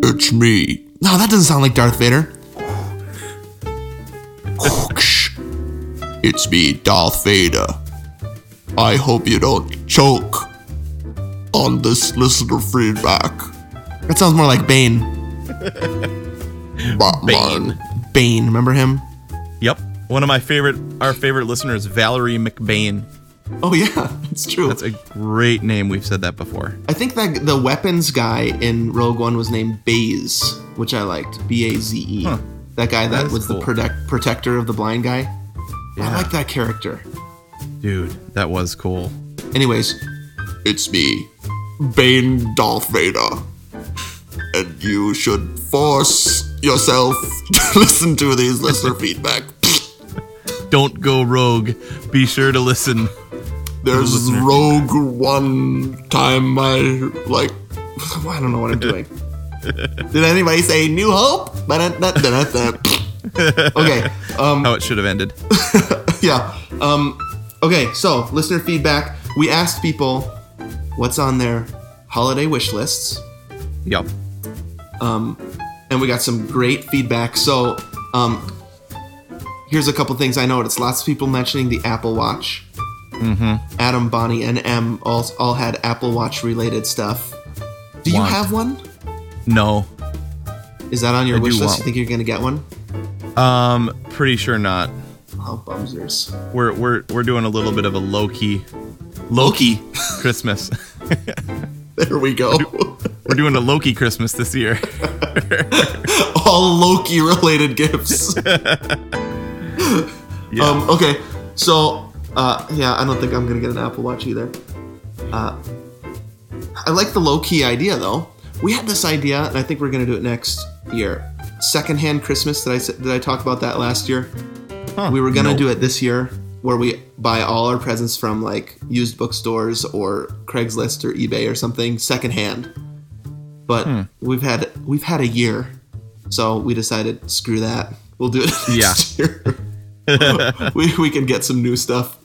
[SPEAKER 1] It's me. No, that doesn't sound like Darth Vader. it's me, Darth Vader. I hope you don't choke on this listener feedback. That sounds more like [LAUGHS] Bane. Batman. Bane, remember him?
[SPEAKER 2] Yep. One of my favorite, our favorite listeners, Valerie McBain.
[SPEAKER 1] Oh yeah, [LAUGHS] that's true.
[SPEAKER 2] That's a great name. We've said that before.
[SPEAKER 1] I think that the weapons guy in Rogue One was named Baze, which I liked. B A Z E.
[SPEAKER 2] Huh.
[SPEAKER 1] That guy that,
[SPEAKER 2] That is
[SPEAKER 1] was
[SPEAKER 2] cool.
[SPEAKER 1] the protect- protector of the blind guy. I
[SPEAKER 2] Yeah.
[SPEAKER 1] like that character.
[SPEAKER 2] Dude, that was cool.
[SPEAKER 1] Anyways, it's me, Bane Darth Vader. And you should force yourself [LAUGHS] to listen to these listener feedback.
[SPEAKER 2] Don't go rogue. Be sure to listen.
[SPEAKER 1] There's Rogue One time I like I don't know
[SPEAKER 2] [LAUGHS]
[SPEAKER 1] what I'm doing. Did anybody say New Hope?
[SPEAKER 2] [LAUGHS]
[SPEAKER 1] okay, [LAUGHS] um,
[SPEAKER 2] How it should have ended.
[SPEAKER 1] yeah. Um, okay, so listener feedback. We asked people what's on their holiday wish lists,
[SPEAKER 2] Yep.
[SPEAKER 1] Um, and we got some great feedback. So, um, here's a couple things I noticed. Lots of people mentioning the Apple Watch. Mm-hmm. Adam, Bonnie, and M all, all had Apple Watch related stuff. Do you
[SPEAKER 2] Want.
[SPEAKER 1] have one?
[SPEAKER 2] No.
[SPEAKER 1] Is that on your
[SPEAKER 2] I do
[SPEAKER 1] wish list?
[SPEAKER 2] want
[SPEAKER 1] You think you're gonna get one?
[SPEAKER 2] Um, pretty sure not.
[SPEAKER 1] Oh, bumsers. [LAUGHS]
[SPEAKER 2] We're we're we're doing a little bit of a low key, low key Christmas. [LAUGHS]
[SPEAKER 1] There we go.
[SPEAKER 2] we're doing a Loki Christmas this
[SPEAKER 1] [LAUGHS]
[SPEAKER 2] year. [LAUGHS]
[SPEAKER 1] all Loki related gifts. [LAUGHS]
[SPEAKER 2] Yeah.
[SPEAKER 1] Um, okay, so uh, yeah, I don't think I'm gonna get an Apple Watch either. Uh, I like the low key idea though. We had this idea, and I think we're gonna do it next year. Secondhand Christmas. Did I s- did I talk about that last year?
[SPEAKER 2] Huh,
[SPEAKER 1] We were gonna
[SPEAKER 2] no.
[SPEAKER 1] do it this year, where we buy all our presents from like used bookstores or Craigslist or eBay or something secondhand. But we've had we've had a year, so we decided screw that. We'll do it [LAUGHS] next year. [LAUGHS] we, we can get some new stuff.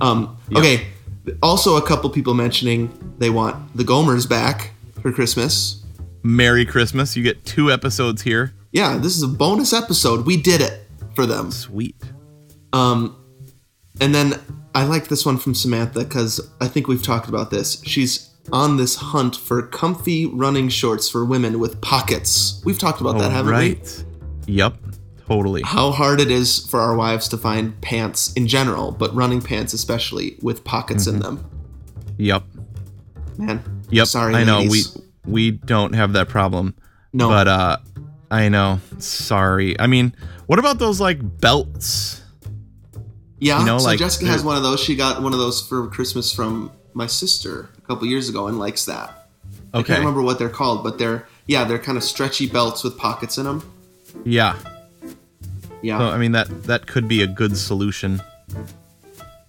[SPEAKER 1] Um, Okay. Also, a couple people mentioning they want the Gomers back for Christmas.
[SPEAKER 2] Merry Christmas. You get two episodes here.
[SPEAKER 1] Yeah, this is a bonus episode. We did it for them.
[SPEAKER 2] Sweet.
[SPEAKER 1] Um, And then I like this one from Samantha because I think we've talked about this. She's on this hunt for comfy running shorts for women with pockets. We've talked about that, haven't we?
[SPEAKER 2] right. Yep. Totally.
[SPEAKER 1] How hard it is for our wives to find pants in general, but running pants especially with pockets in them.
[SPEAKER 2] Yep.
[SPEAKER 1] Man,
[SPEAKER 2] Mm-hmm. Yep.
[SPEAKER 1] Sorry,
[SPEAKER 2] I know
[SPEAKER 1] ladies.
[SPEAKER 2] we we don't have that problem.
[SPEAKER 1] No.
[SPEAKER 2] But uh I know. Sorry. I mean, what about those like belts?
[SPEAKER 1] Yeah,
[SPEAKER 2] You know,
[SPEAKER 1] so
[SPEAKER 2] like,
[SPEAKER 1] Jessica has
[SPEAKER 2] they're-
[SPEAKER 1] one of those. She got one of those for Christmas from my sister a couple years ago and likes that. I
[SPEAKER 2] Okay.
[SPEAKER 1] can't remember what they're called, but they're yeah, they're kind of stretchy belts with pockets in them.
[SPEAKER 2] Yeah.
[SPEAKER 1] Yeah,
[SPEAKER 2] So I mean that that could be a good solution.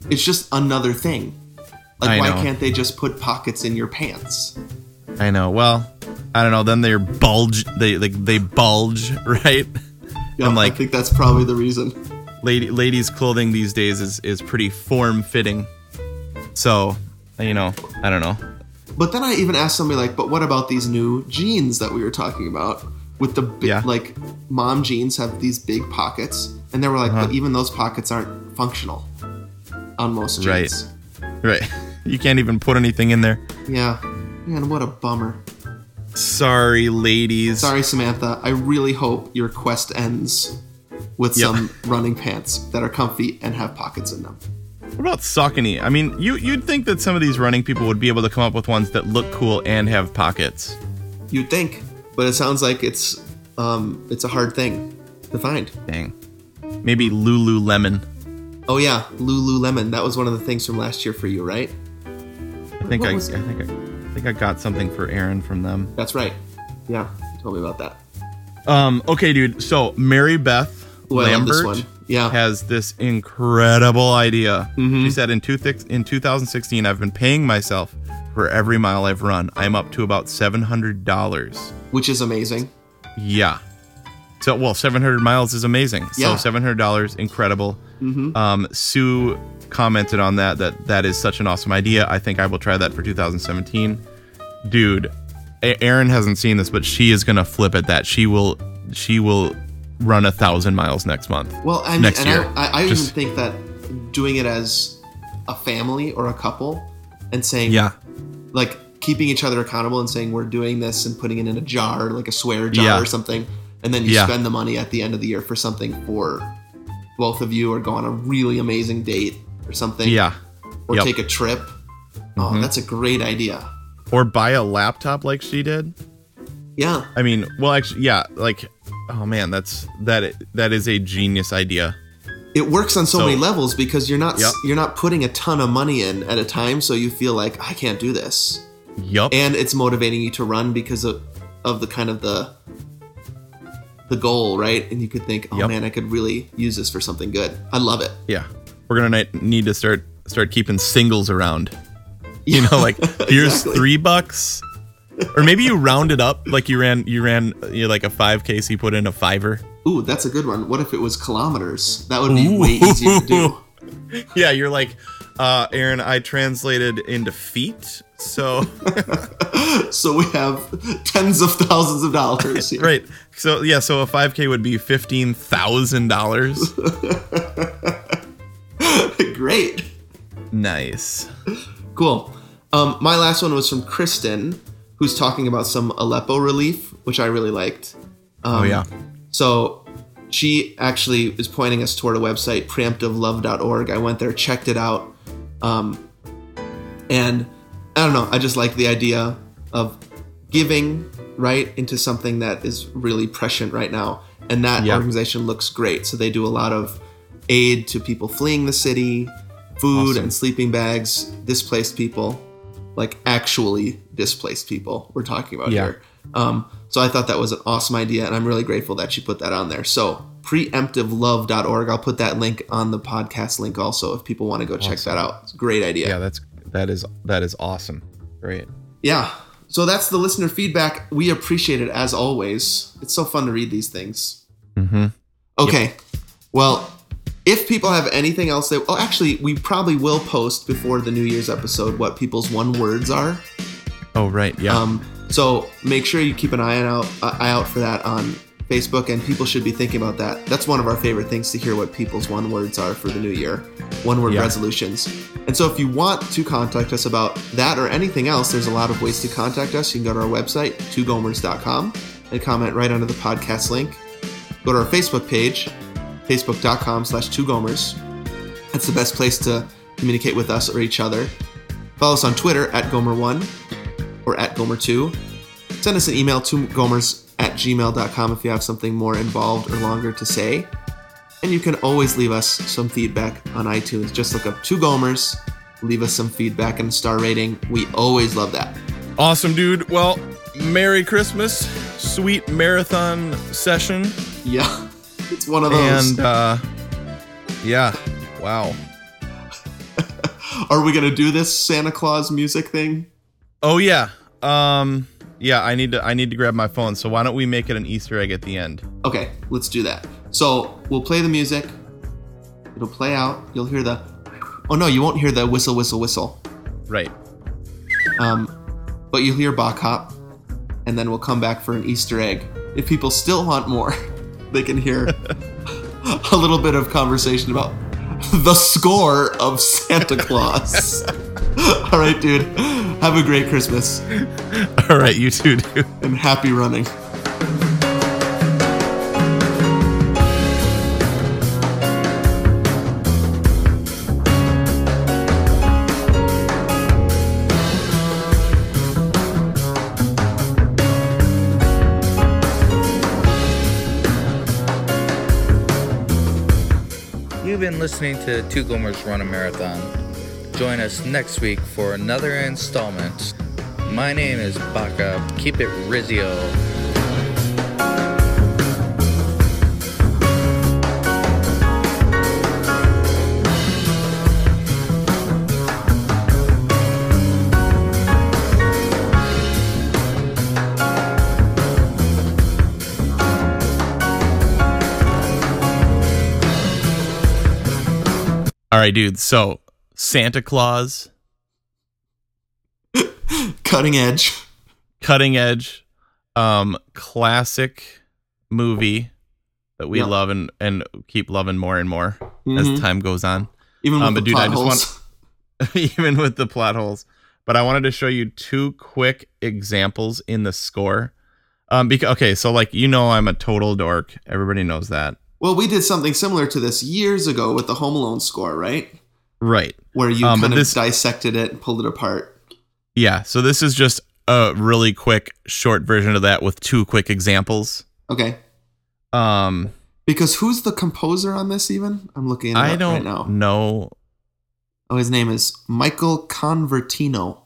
[SPEAKER 1] it's just another thing. Like,
[SPEAKER 2] I
[SPEAKER 1] why
[SPEAKER 2] know.
[SPEAKER 1] can't they just put pockets in your pants?
[SPEAKER 2] I know. Well, I don't know. Then they're bulge they like they bulge, [LAUGHS] right?
[SPEAKER 1] Yeah,
[SPEAKER 2] like-
[SPEAKER 1] I think that's probably the reason.
[SPEAKER 2] Lady ladies clothing these days is is pretty form fitting. So, you know, I don't know.
[SPEAKER 1] But then I even asked somebody like, "But what about these new jeans that we were talking about? With the big,
[SPEAKER 2] Yeah.
[SPEAKER 1] like, mom jeans have these big pockets, and they were like,
[SPEAKER 2] Uh-huh.
[SPEAKER 1] but even those pockets aren't functional on most jeans."
[SPEAKER 2] Right. Right. [LAUGHS] You can't even put anything in there.
[SPEAKER 1] Yeah. Man, what a bummer.
[SPEAKER 2] Sorry, ladies.
[SPEAKER 1] Sorry, Samantha. I really hope your quest ends with
[SPEAKER 2] Yep.
[SPEAKER 1] some running pants that are comfy and have pockets in them.
[SPEAKER 2] What about Saucony? I mean, you you'd think that some of these running people would be able to come up with ones that look cool and have pockets.
[SPEAKER 1] You'd think, but it sounds like it's um, it's a hard thing to find.
[SPEAKER 2] Dang. Maybe Lululemon.
[SPEAKER 1] Oh yeah, Lululemon. That was one of the things from last year for you, right?
[SPEAKER 2] I think
[SPEAKER 1] What
[SPEAKER 2] I, I
[SPEAKER 1] was-
[SPEAKER 2] think I, I think I got something for Aaron from them.
[SPEAKER 1] That's right. Yeah, you told me about that.
[SPEAKER 2] Um. Okay, dude. So Mary Beth
[SPEAKER 1] Ooh, I love
[SPEAKER 2] Lambert
[SPEAKER 1] this one. Yeah. Mm-hmm.
[SPEAKER 2] has this incredible idea. She said in two thix- in 2016, I've been paying myself for every mile I've run. I'm up to about seven hundred dollars.
[SPEAKER 1] Which is amazing.
[SPEAKER 2] Yeah. So well, 700 miles is amazing.
[SPEAKER 1] Yeah. Mm-hmm.
[SPEAKER 2] So 700 dollars, incredible. Um, Sue commented on that that that is such an awesome idea. I think I will try that for 2017. Dude, A- Aaron hasn't seen this, but she is gonna flip at that. She will she will run a thousand miles next month.
[SPEAKER 1] Well, I mean,
[SPEAKER 2] next
[SPEAKER 1] and
[SPEAKER 2] year.
[SPEAKER 1] I, I, I
[SPEAKER 2] Just-
[SPEAKER 1] even think that doing it as a family or a couple and saying,
[SPEAKER 2] yeah,
[SPEAKER 1] like keeping each other accountable and saying we're doing this and putting it in a jar, like a swear jar
[SPEAKER 2] Yeah.
[SPEAKER 1] or something, and then you
[SPEAKER 2] Yeah.
[SPEAKER 1] spend the money at the end of the year for something for both of you, or go on a really amazing date or something,
[SPEAKER 2] yeah.
[SPEAKER 1] or
[SPEAKER 2] yep. Mm-hmm.
[SPEAKER 1] take a trip. Oh, that's a great idea.
[SPEAKER 2] Or buy a laptop like she did.
[SPEAKER 1] Yeah,
[SPEAKER 2] I mean, well, actually, yeah. Like, oh man, that's that that is a genius idea.
[SPEAKER 1] it works on so,
[SPEAKER 2] So-
[SPEAKER 1] many levels because you're not
[SPEAKER 2] Yep.
[SPEAKER 1] you're not putting a ton of money in at a time, so you feel like I can't do this.
[SPEAKER 2] Yup.
[SPEAKER 1] and it's motivating you to run because of of the kind of the the goal, right? And you could think, oh
[SPEAKER 2] Yep.
[SPEAKER 1] man, I could really use this for something good. I love it.
[SPEAKER 2] yeah we're gonna ni- need to start start keeping singles around you know [LAUGHS] like here's
[SPEAKER 1] Exactly.
[SPEAKER 2] three bucks or maybe you round it up like you ran you ran you know, like a 5k so you put in a fiver
[SPEAKER 1] Ooh, that's a good one. What if it was kilometers? That would be way easier to do.
[SPEAKER 2] yeah you're like uh aaron i translated into feet so [LAUGHS]
[SPEAKER 1] So we have tens of thousands of dollars here.
[SPEAKER 2] right so yeah so a 5k would be $15000
[SPEAKER 1] [LAUGHS] Great.
[SPEAKER 2] nice
[SPEAKER 1] Cool. Um, my last one was from Kristen, who's talking about some Aleppo relief, which I really liked. Um,
[SPEAKER 2] oh yeah
[SPEAKER 1] So she actually is pointing us toward a website, preemptivelove.org. I went there, checked it out. Um, and I don't know, I just like the idea of giving right into something that is really prescient right now. And that
[SPEAKER 2] Yeah.
[SPEAKER 1] organization looks great. So they do a lot of aid to people fleeing the city, food
[SPEAKER 2] Awesome.
[SPEAKER 1] and sleeping bags, displaced people, like actually displaced people we're talking about
[SPEAKER 2] Yeah.
[SPEAKER 1] here. Um, so I thought that was an awesome idea, and I'm really grateful that she put that on there. So preemptivelove.org. I'll put that link on the podcast link also if people want to go check that out. It's a great idea.
[SPEAKER 2] yeah that's that is that is awesome great
[SPEAKER 1] Yeah. So that's the listener feedback. We appreciate it as always. It's so fun to read these things.
[SPEAKER 2] Mhm.
[SPEAKER 1] Okay. Well, if people have anything else they oh actually we probably will post before the New Year's episode what people's one words are.
[SPEAKER 2] oh right yeah
[SPEAKER 1] Um, so make sure you keep an eye out uh, eye out for that on Facebook, and people should be thinking about that. That's one of our favorite things to hear what people's one words are for the new year, one word
[SPEAKER 2] Yeah.
[SPEAKER 1] resolutions. And so if you want to contact us about that or anything else, there's a lot of ways to contact us. You can go to our website, twogomers.com, and comment right under the podcast link. Go to our Facebook page, facebook.com slash twogomers. That's the best place to communicate with us or each other. Follow us on Twitter at Gomer1 or at Gomer2. Send us an email to gomers at gmail.com if you have something more involved or longer to say. And you can always leave us some feedback on iTunes. Just look up two Gomers, leave us some feedback and star rating. We always love that. [LAUGHS]
[SPEAKER 2] Awesome, dude. Well, Merry Christmas. Sweet marathon session.
[SPEAKER 1] Yeah, it's one of those.
[SPEAKER 2] And, uh, yeah. Wow.
[SPEAKER 1] Are we going to do this Santa Claus music thing?
[SPEAKER 2] Oh, yeah. Um, yeah, I need to I need to grab my phone. So why don't we make it an Easter egg at the end?
[SPEAKER 1] Okay, let's do that. So we'll play the music. It'll play out. You'll hear the. Oh no, you won't hear the whistle, whistle, whistle.
[SPEAKER 2] Right. [LAUGHS]
[SPEAKER 1] Um, but you'll hear Bach Hop, and then we'll come back for an Easter egg. If people still want more, [LAUGHS] they can
[SPEAKER 2] [LAUGHS]
[SPEAKER 1] hear a little bit of conversation about the score of Santa
[SPEAKER 2] [LAUGHS]
[SPEAKER 1] Claus. All right, dude. Have a great Christmas
[SPEAKER 2] All right, you too, dude.
[SPEAKER 1] and happy running.
[SPEAKER 3] You've been listening to Two Gomers Run a Marathon. Join us next week for another installment. My name is Baka. Keep it Rizio.
[SPEAKER 2] All right, dude. So Santa Claus,
[SPEAKER 1] Cutting edge.
[SPEAKER 2] cutting edge, um, classic movie that we
[SPEAKER 1] Yeah.
[SPEAKER 2] love and, and keep loving more and more
[SPEAKER 1] Mhm.
[SPEAKER 2] as time goes on,
[SPEAKER 1] Even with
[SPEAKER 2] um,
[SPEAKER 1] the
[SPEAKER 2] but dude,
[SPEAKER 1] plot
[SPEAKER 2] I just
[SPEAKER 1] holes.
[SPEAKER 2] want- [LAUGHS] even with the plot holes. But I wanted to show you two quick examples in the score. Um, because okay, so like you know, I'm a total dork. Everybody knows that,
[SPEAKER 1] Well, we did something similar to this years ago with the Home Alone score, right?
[SPEAKER 2] right?
[SPEAKER 1] Where you
[SPEAKER 2] Um, but
[SPEAKER 1] kind of
[SPEAKER 2] this-
[SPEAKER 1] dissected it and pulled it apart.
[SPEAKER 2] Yeah. So this is just a really quick, short version of that with two quick examples.
[SPEAKER 1] Okay.
[SPEAKER 2] Um,
[SPEAKER 1] Because who's the composer on this even? I'm looking it
[SPEAKER 2] I
[SPEAKER 1] up
[SPEAKER 2] don't
[SPEAKER 1] right now.
[SPEAKER 2] know
[SPEAKER 1] Oh, his name is Michael Convertino.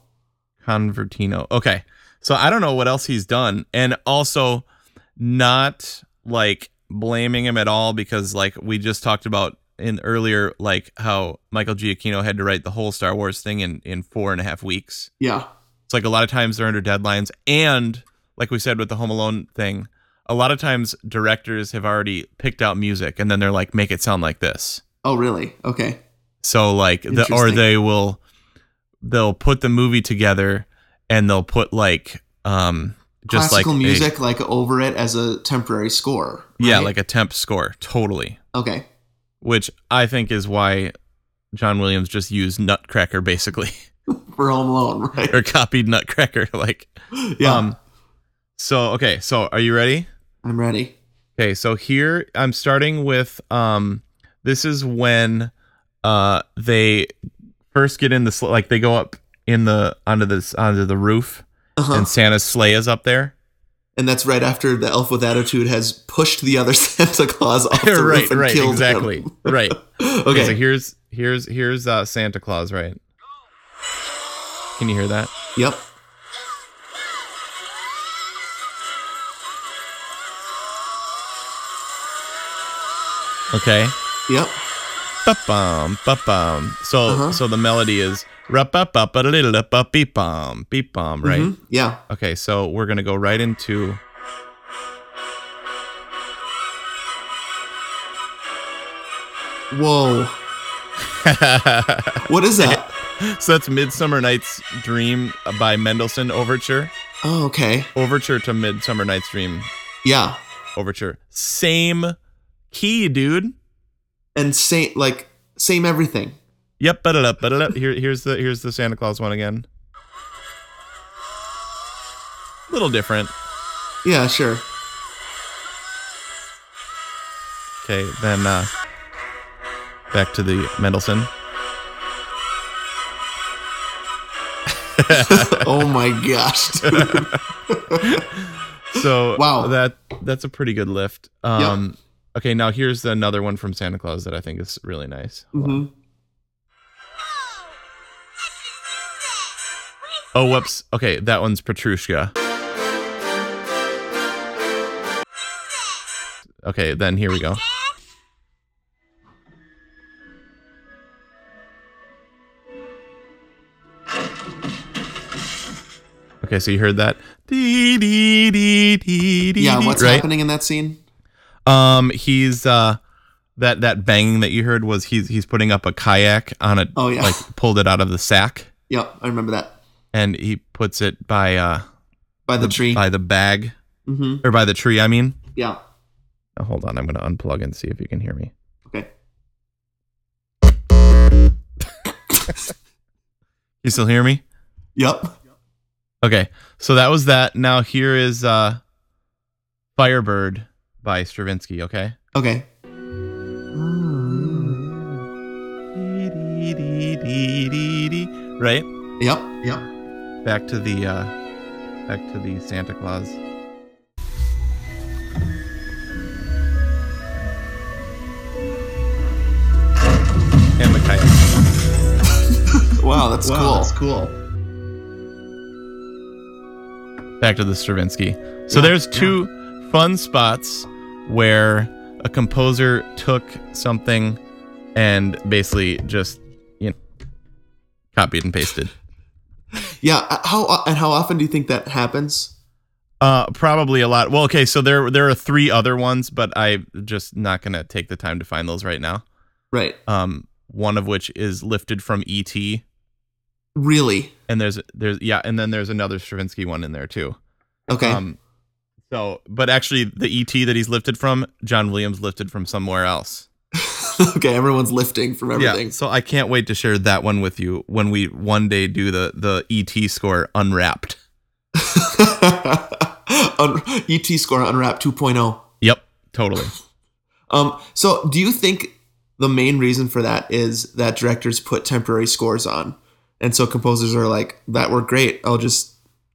[SPEAKER 2] Convertino. Okay. So I don't know what else he's done. And also not like blaming him at all because like we just talked about in earlier, like how Michael Giacchino had to write the whole Star Wars thing in, in four and a half weeks.
[SPEAKER 1] Yeah.
[SPEAKER 2] It's like a lot of times they're under deadlines. And like we said with the Home Alone thing, a lot of times directors have already picked out music and then they're like, make it sound like this.
[SPEAKER 1] Oh, really? Okay.
[SPEAKER 2] So like the or
[SPEAKER 1] Interesting.
[SPEAKER 2] they will they'll put the movie together and they'll put like um just
[SPEAKER 1] Classical
[SPEAKER 2] like a-
[SPEAKER 1] music, like over it as a temporary score.
[SPEAKER 2] yeah,
[SPEAKER 1] right?
[SPEAKER 2] like a temp score, totally.
[SPEAKER 1] okay.
[SPEAKER 2] Which I think is why John Williams just used Nutcracker basically [LAUGHS]
[SPEAKER 1] For Home Alone, [LAUGHS] right?
[SPEAKER 2] or copied Nutcracker [LAUGHS] like
[SPEAKER 1] Yeah.
[SPEAKER 2] um so okay, so are you ready?
[SPEAKER 1] I'm ready.
[SPEAKER 2] Okay, so here I'm starting with um this is when uh they first get in the sl- like they go up in the onto this onto the roof
[SPEAKER 1] Uh-huh.
[SPEAKER 2] and
[SPEAKER 1] And,
[SPEAKER 2] Santa's sleigh is up there.
[SPEAKER 1] that's right after the elf with attitude has pushed the other [LAUGHS] Santa Claus off the
[SPEAKER 2] [LAUGHS] right,
[SPEAKER 1] roof and
[SPEAKER 2] right,
[SPEAKER 1] killed him.
[SPEAKER 2] exactly. [LAUGHS] right.
[SPEAKER 1] [LAUGHS] okay.
[SPEAKER 2] So here's here's here's uh Santa Claus, right? Can you hear that?
[SPEAKER 1] yep.
[SPEAKER 2] Okay.
[SPEAKER 1] Yep.
[SPEAKER 2] Ba-bum, ba-bum. So
[SPEAKER 1] Uh-huh.
[SPEAKER 2] so the melody is rap ba ba ba da da ba beep bum beep bum, right?
[SPEAKER 1] Mhm. Yeah.
[SPEAKER 2] Okay, so we're gonna go right into. [LAUGHS]
[SPEAKER 1] Whoa.
[SPEAKER 2] so
[SPEAKER 1] What is
[SPEAKER 2] [LAUGHS]
[SPEAKER 1] that?
[SPEAKER 2] that's Midsummer Night's Dream by Mendelssohn Overture.
[SPEAKER 1] Oh, okay.
[SPEAKER 2] Overture to Midsummer Night's Dream
[SPEAKER 1] Yeah.
[SPEAKER 2] Overture. Same key, dude.
[SPEAKER 1] And same, like, same everything.
[SPEAKER 2] Yep, but up, but up. Here, here's the here's the Santa Claus one again. Little different.
[SPEAKER 1] Yeah,
[SPEAKER 2] [LAUGHS]
[SPEAKER 1] sure.
[SPEAKER 2] Okay, then uh, back to the Mendelssohn.
[SPEAKER 1] oh my gosh. dude.
[SPEAKER 2] So
[SPEAKER 1] Wow.
[SPEAKER 2] that that's a pretty good lift. Um, Okay, now here's another one from Santa Claus that I think is really nice. Hold on.
[SPEAKER 1] Mhm.
[SPEAKER 2] Oh, whoops. Okay, that one's Petrushka. Okay, then here we go. Okay, so you heard that. Dee, dee, dee, dee, dee,
[SPEAKER 1] Yeah,
[SPEAKER 2] dee,
[SPEAKER 1] what's
[SPEAKER 2] right?
[SPEAKER 1] happening in that scene?
[SPEAKER 2] Um, he's uh, that that banging that you heard was he's he's putting up a kayak on a
[SPEAKER 1] Oh, yeah.
[SPEAKER 2] like pulled it out of the sack
[SPEAKER 1] Yep, I remember that.
[SPEAKER 2] and he puts it by uh
[SPEAKER 1] By the, tree.
[SPEAKER 2] by the bag
[SPEAKER 1] mm-hmm.
[SPEAKER 2] or by the tree. I mean,
[SPEAKER 1] Yeah.
[SPEAKER 2] Oh, hold on, I'm gonna unplug and see if you can hear me.
[SPEAKER 1] Okay.
[SPEAKER 2] You still hear me?
[SPEAKER 1] Yep.
[SPEAKER 2] Okay, so that was that. Now here is uh, Firebird by Stravinsky. Okay.
[SPEAKER 1] Okay.
[SPEAKER 2] Right.
[SPEAKER 1] Yep. Yep.
[SPEAKER 2] Back to the uh, back to the Santa Claus. And the kite.
[SPEAKER 1] Wow, that's cool.
[SPEAKER 2] cool. Back to the Stravinsky. So there's two fun spots where a composer took something and basically just you know copied and pasted.
[SPEAKER 1] Yeah. uh, How o- and how often do you think that happens?
[SPEAKER 2] Uh, probably a lot. Well, okay, so there there are three other ones, but I'm just not gonna take the time to find those right now.
[SPEAKER 1] Right.
[SPEAKER 2] Um, one of which is lifted from E.T.
[SPEAKER 1] Really?
[SPEAKER 2] E and there's there's yeah, and then there's another Stravinsky one in there too.
[SPEAKER 1] Okay.
[SPEAKER 2] Um, so, but actually, the ET that he's lifted from, John Williams lifted from somewhere else.
[SPEAKER 1] [LAUGHS] okay, everyone's lifting from everything. [LAUGHS]
[SPEAKER 2] Yeah, so I can't wait to share that one with you when we one day do the the ET score unwrapped.
[SPEAKER 1] Un- ET score unwrap 2.0.
[SPEAKER 2] Yep, [LAUGHS] totally.
[SPEAKER 1] oh. Um, so do you think the main reason for that is that directors put temporary scores on? And so composers are like, that worked great. I'll just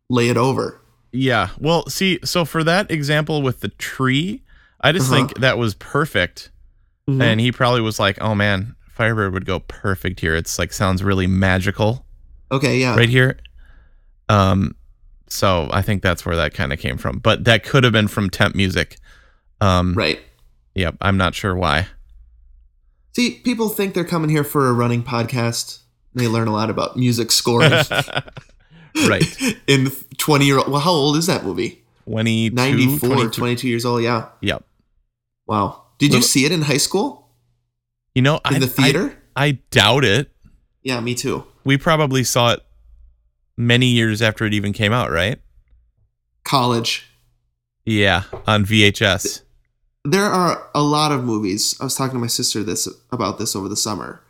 [SPEAKER 1] lay it over.
[SPEAKER 2] Yeah. Well, see, so for that example with the tree, I just
[SPEAKER 1] Uh-huh.
[SPEAKER 2] think that was perfect. And he probably was like, "Oh man, Firebird would go perfect here. It's like sounds really magical
[SPEAKER 1] okay, yeah.
[SPEAKER 2] right here." Um so I think that's where that kind of came from. But that could have been from temp music. Um
[SPEAKER 1] Right.
[SPEAKER 2] yep, I'm not sure [LAUGHS] why.
[SPEAKER 1] See, people think they're coming here for a running podcast. They learn a lot about music scoring
[SPEAKER 2] [LAUGHS] right.
[SPEAKER 1] [LAUGHS] in 20 year old. Well, how old is that movie?
[SPEAKER 2] 22
[SPEAKER 1] 94,
[SPEAKER 2] 22.
[SPEAKER 1] 22 years old. Yeah.
[SPEAKER 2] Yep.
[SPEAKER 1] Wow. Did you
[SPEAKER 2] Well-
[SPEAKER 1] see it in high school?
[SPEAKER 2] You know,
[SPEAKER 1] In
[SPEAKER 2] I,
[SPEAKER 1] the theater?
[SPEAKER 2] I, I doubt it.
[SPEAKER 1] yeah, me too.
[SPEAKER 2] We probably saw it many years after it even came out, right?
[SPEAKER 1] College.
[SPEAKER 2] Yeah, on VHS.
[SPEAKER 1] there are a lot of movies. I was talking to my sister this about this over the summer.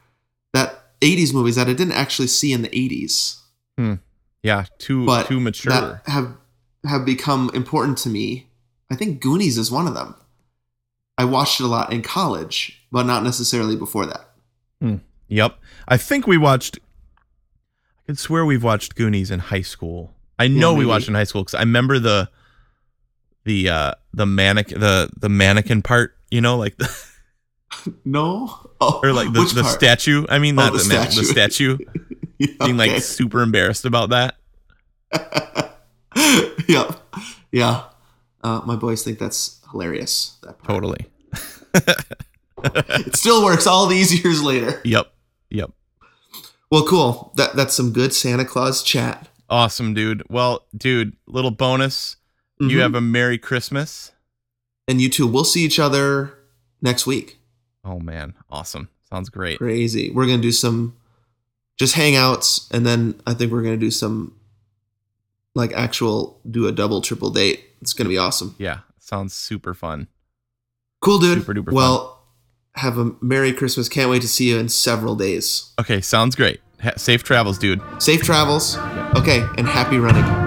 [SPEAKER 1] That 80s movies that I didn't actually see in the 80s,
[SPEAKER 2] Yeah, too
[SPEAKER 1] but
[SPEAKER 2] too mature.
[SPEAKER 1] that have have become important to me. I think Goonies is one of them. I watched it a lot in college, but not necessarily before that.
[SPEAKER 2] yep. I think we watched I could swear we've watched Goonies in high school. I know we
[SPEAKER 1] maybe.
[SPEAKER 2] watched in high school cuz I remember the the uh the manic the the mannequin part, you know, like the,
[SPEAKER 1] No, [LAUGHS] oh,
[SPEAKER 2] or like the,
[SPEAKER 1] which
[SPEAKER 2] the
[SPEAKER 1] part?
[SPEAKER 2] statue. I mean,
[SPEAKER 1] Oh,
[SPEAKER 2] not
[SPEAKER 1] the
[SPEAKER 2] the, man- the statue
[SPEAKER 1] [LAUGHS] Yeah,
[SPEAKER 2] being like
[SPEAKER 1] okay.
[SPEAKER 2] super embarrassed about that.
[SPEAKER 1] [LAUGHS] yeah, yeah. Uh, my boys think that's hilarious. That part.
[SPEAKER 2] Totally.
[SPEAKER 1] It still works all these [LAUGHS] years later.
[SPEAKER 2] Yep. Yep.
[SPEAKER 1] Well, cool. That that's some good Santa Claus chat.
[SPEAKER 2] Awesome, dude. Well, dude, little bonus. You
[SPEAKER 1] Mhm.
[SPEAKER 2] have a Merry Christmas.
[SPEAKER 1] and you too. We'll see each other next week.
[SPEAKER 2] Oh man, awesome. Sounds great.
[SPEAKER 1] Crazy. We're gonna do some just hangouts, and then I think we're gonna do some like actual do a double triple date. It's gonna be awesome.
[SPEAKER 2] Yeah, sounds super fun.
[SPEAKER 1] Cool, dude.
[SPEAKER 2] Super duper
[SPEAKER 1] well, have a merry Christmas. Can't wait to see you in several days.
[SPEAKER 2] Okay, sounds great. Ha- safe travels, dude.
[SPEAKER 1] Safe travels. Okay, and happy running.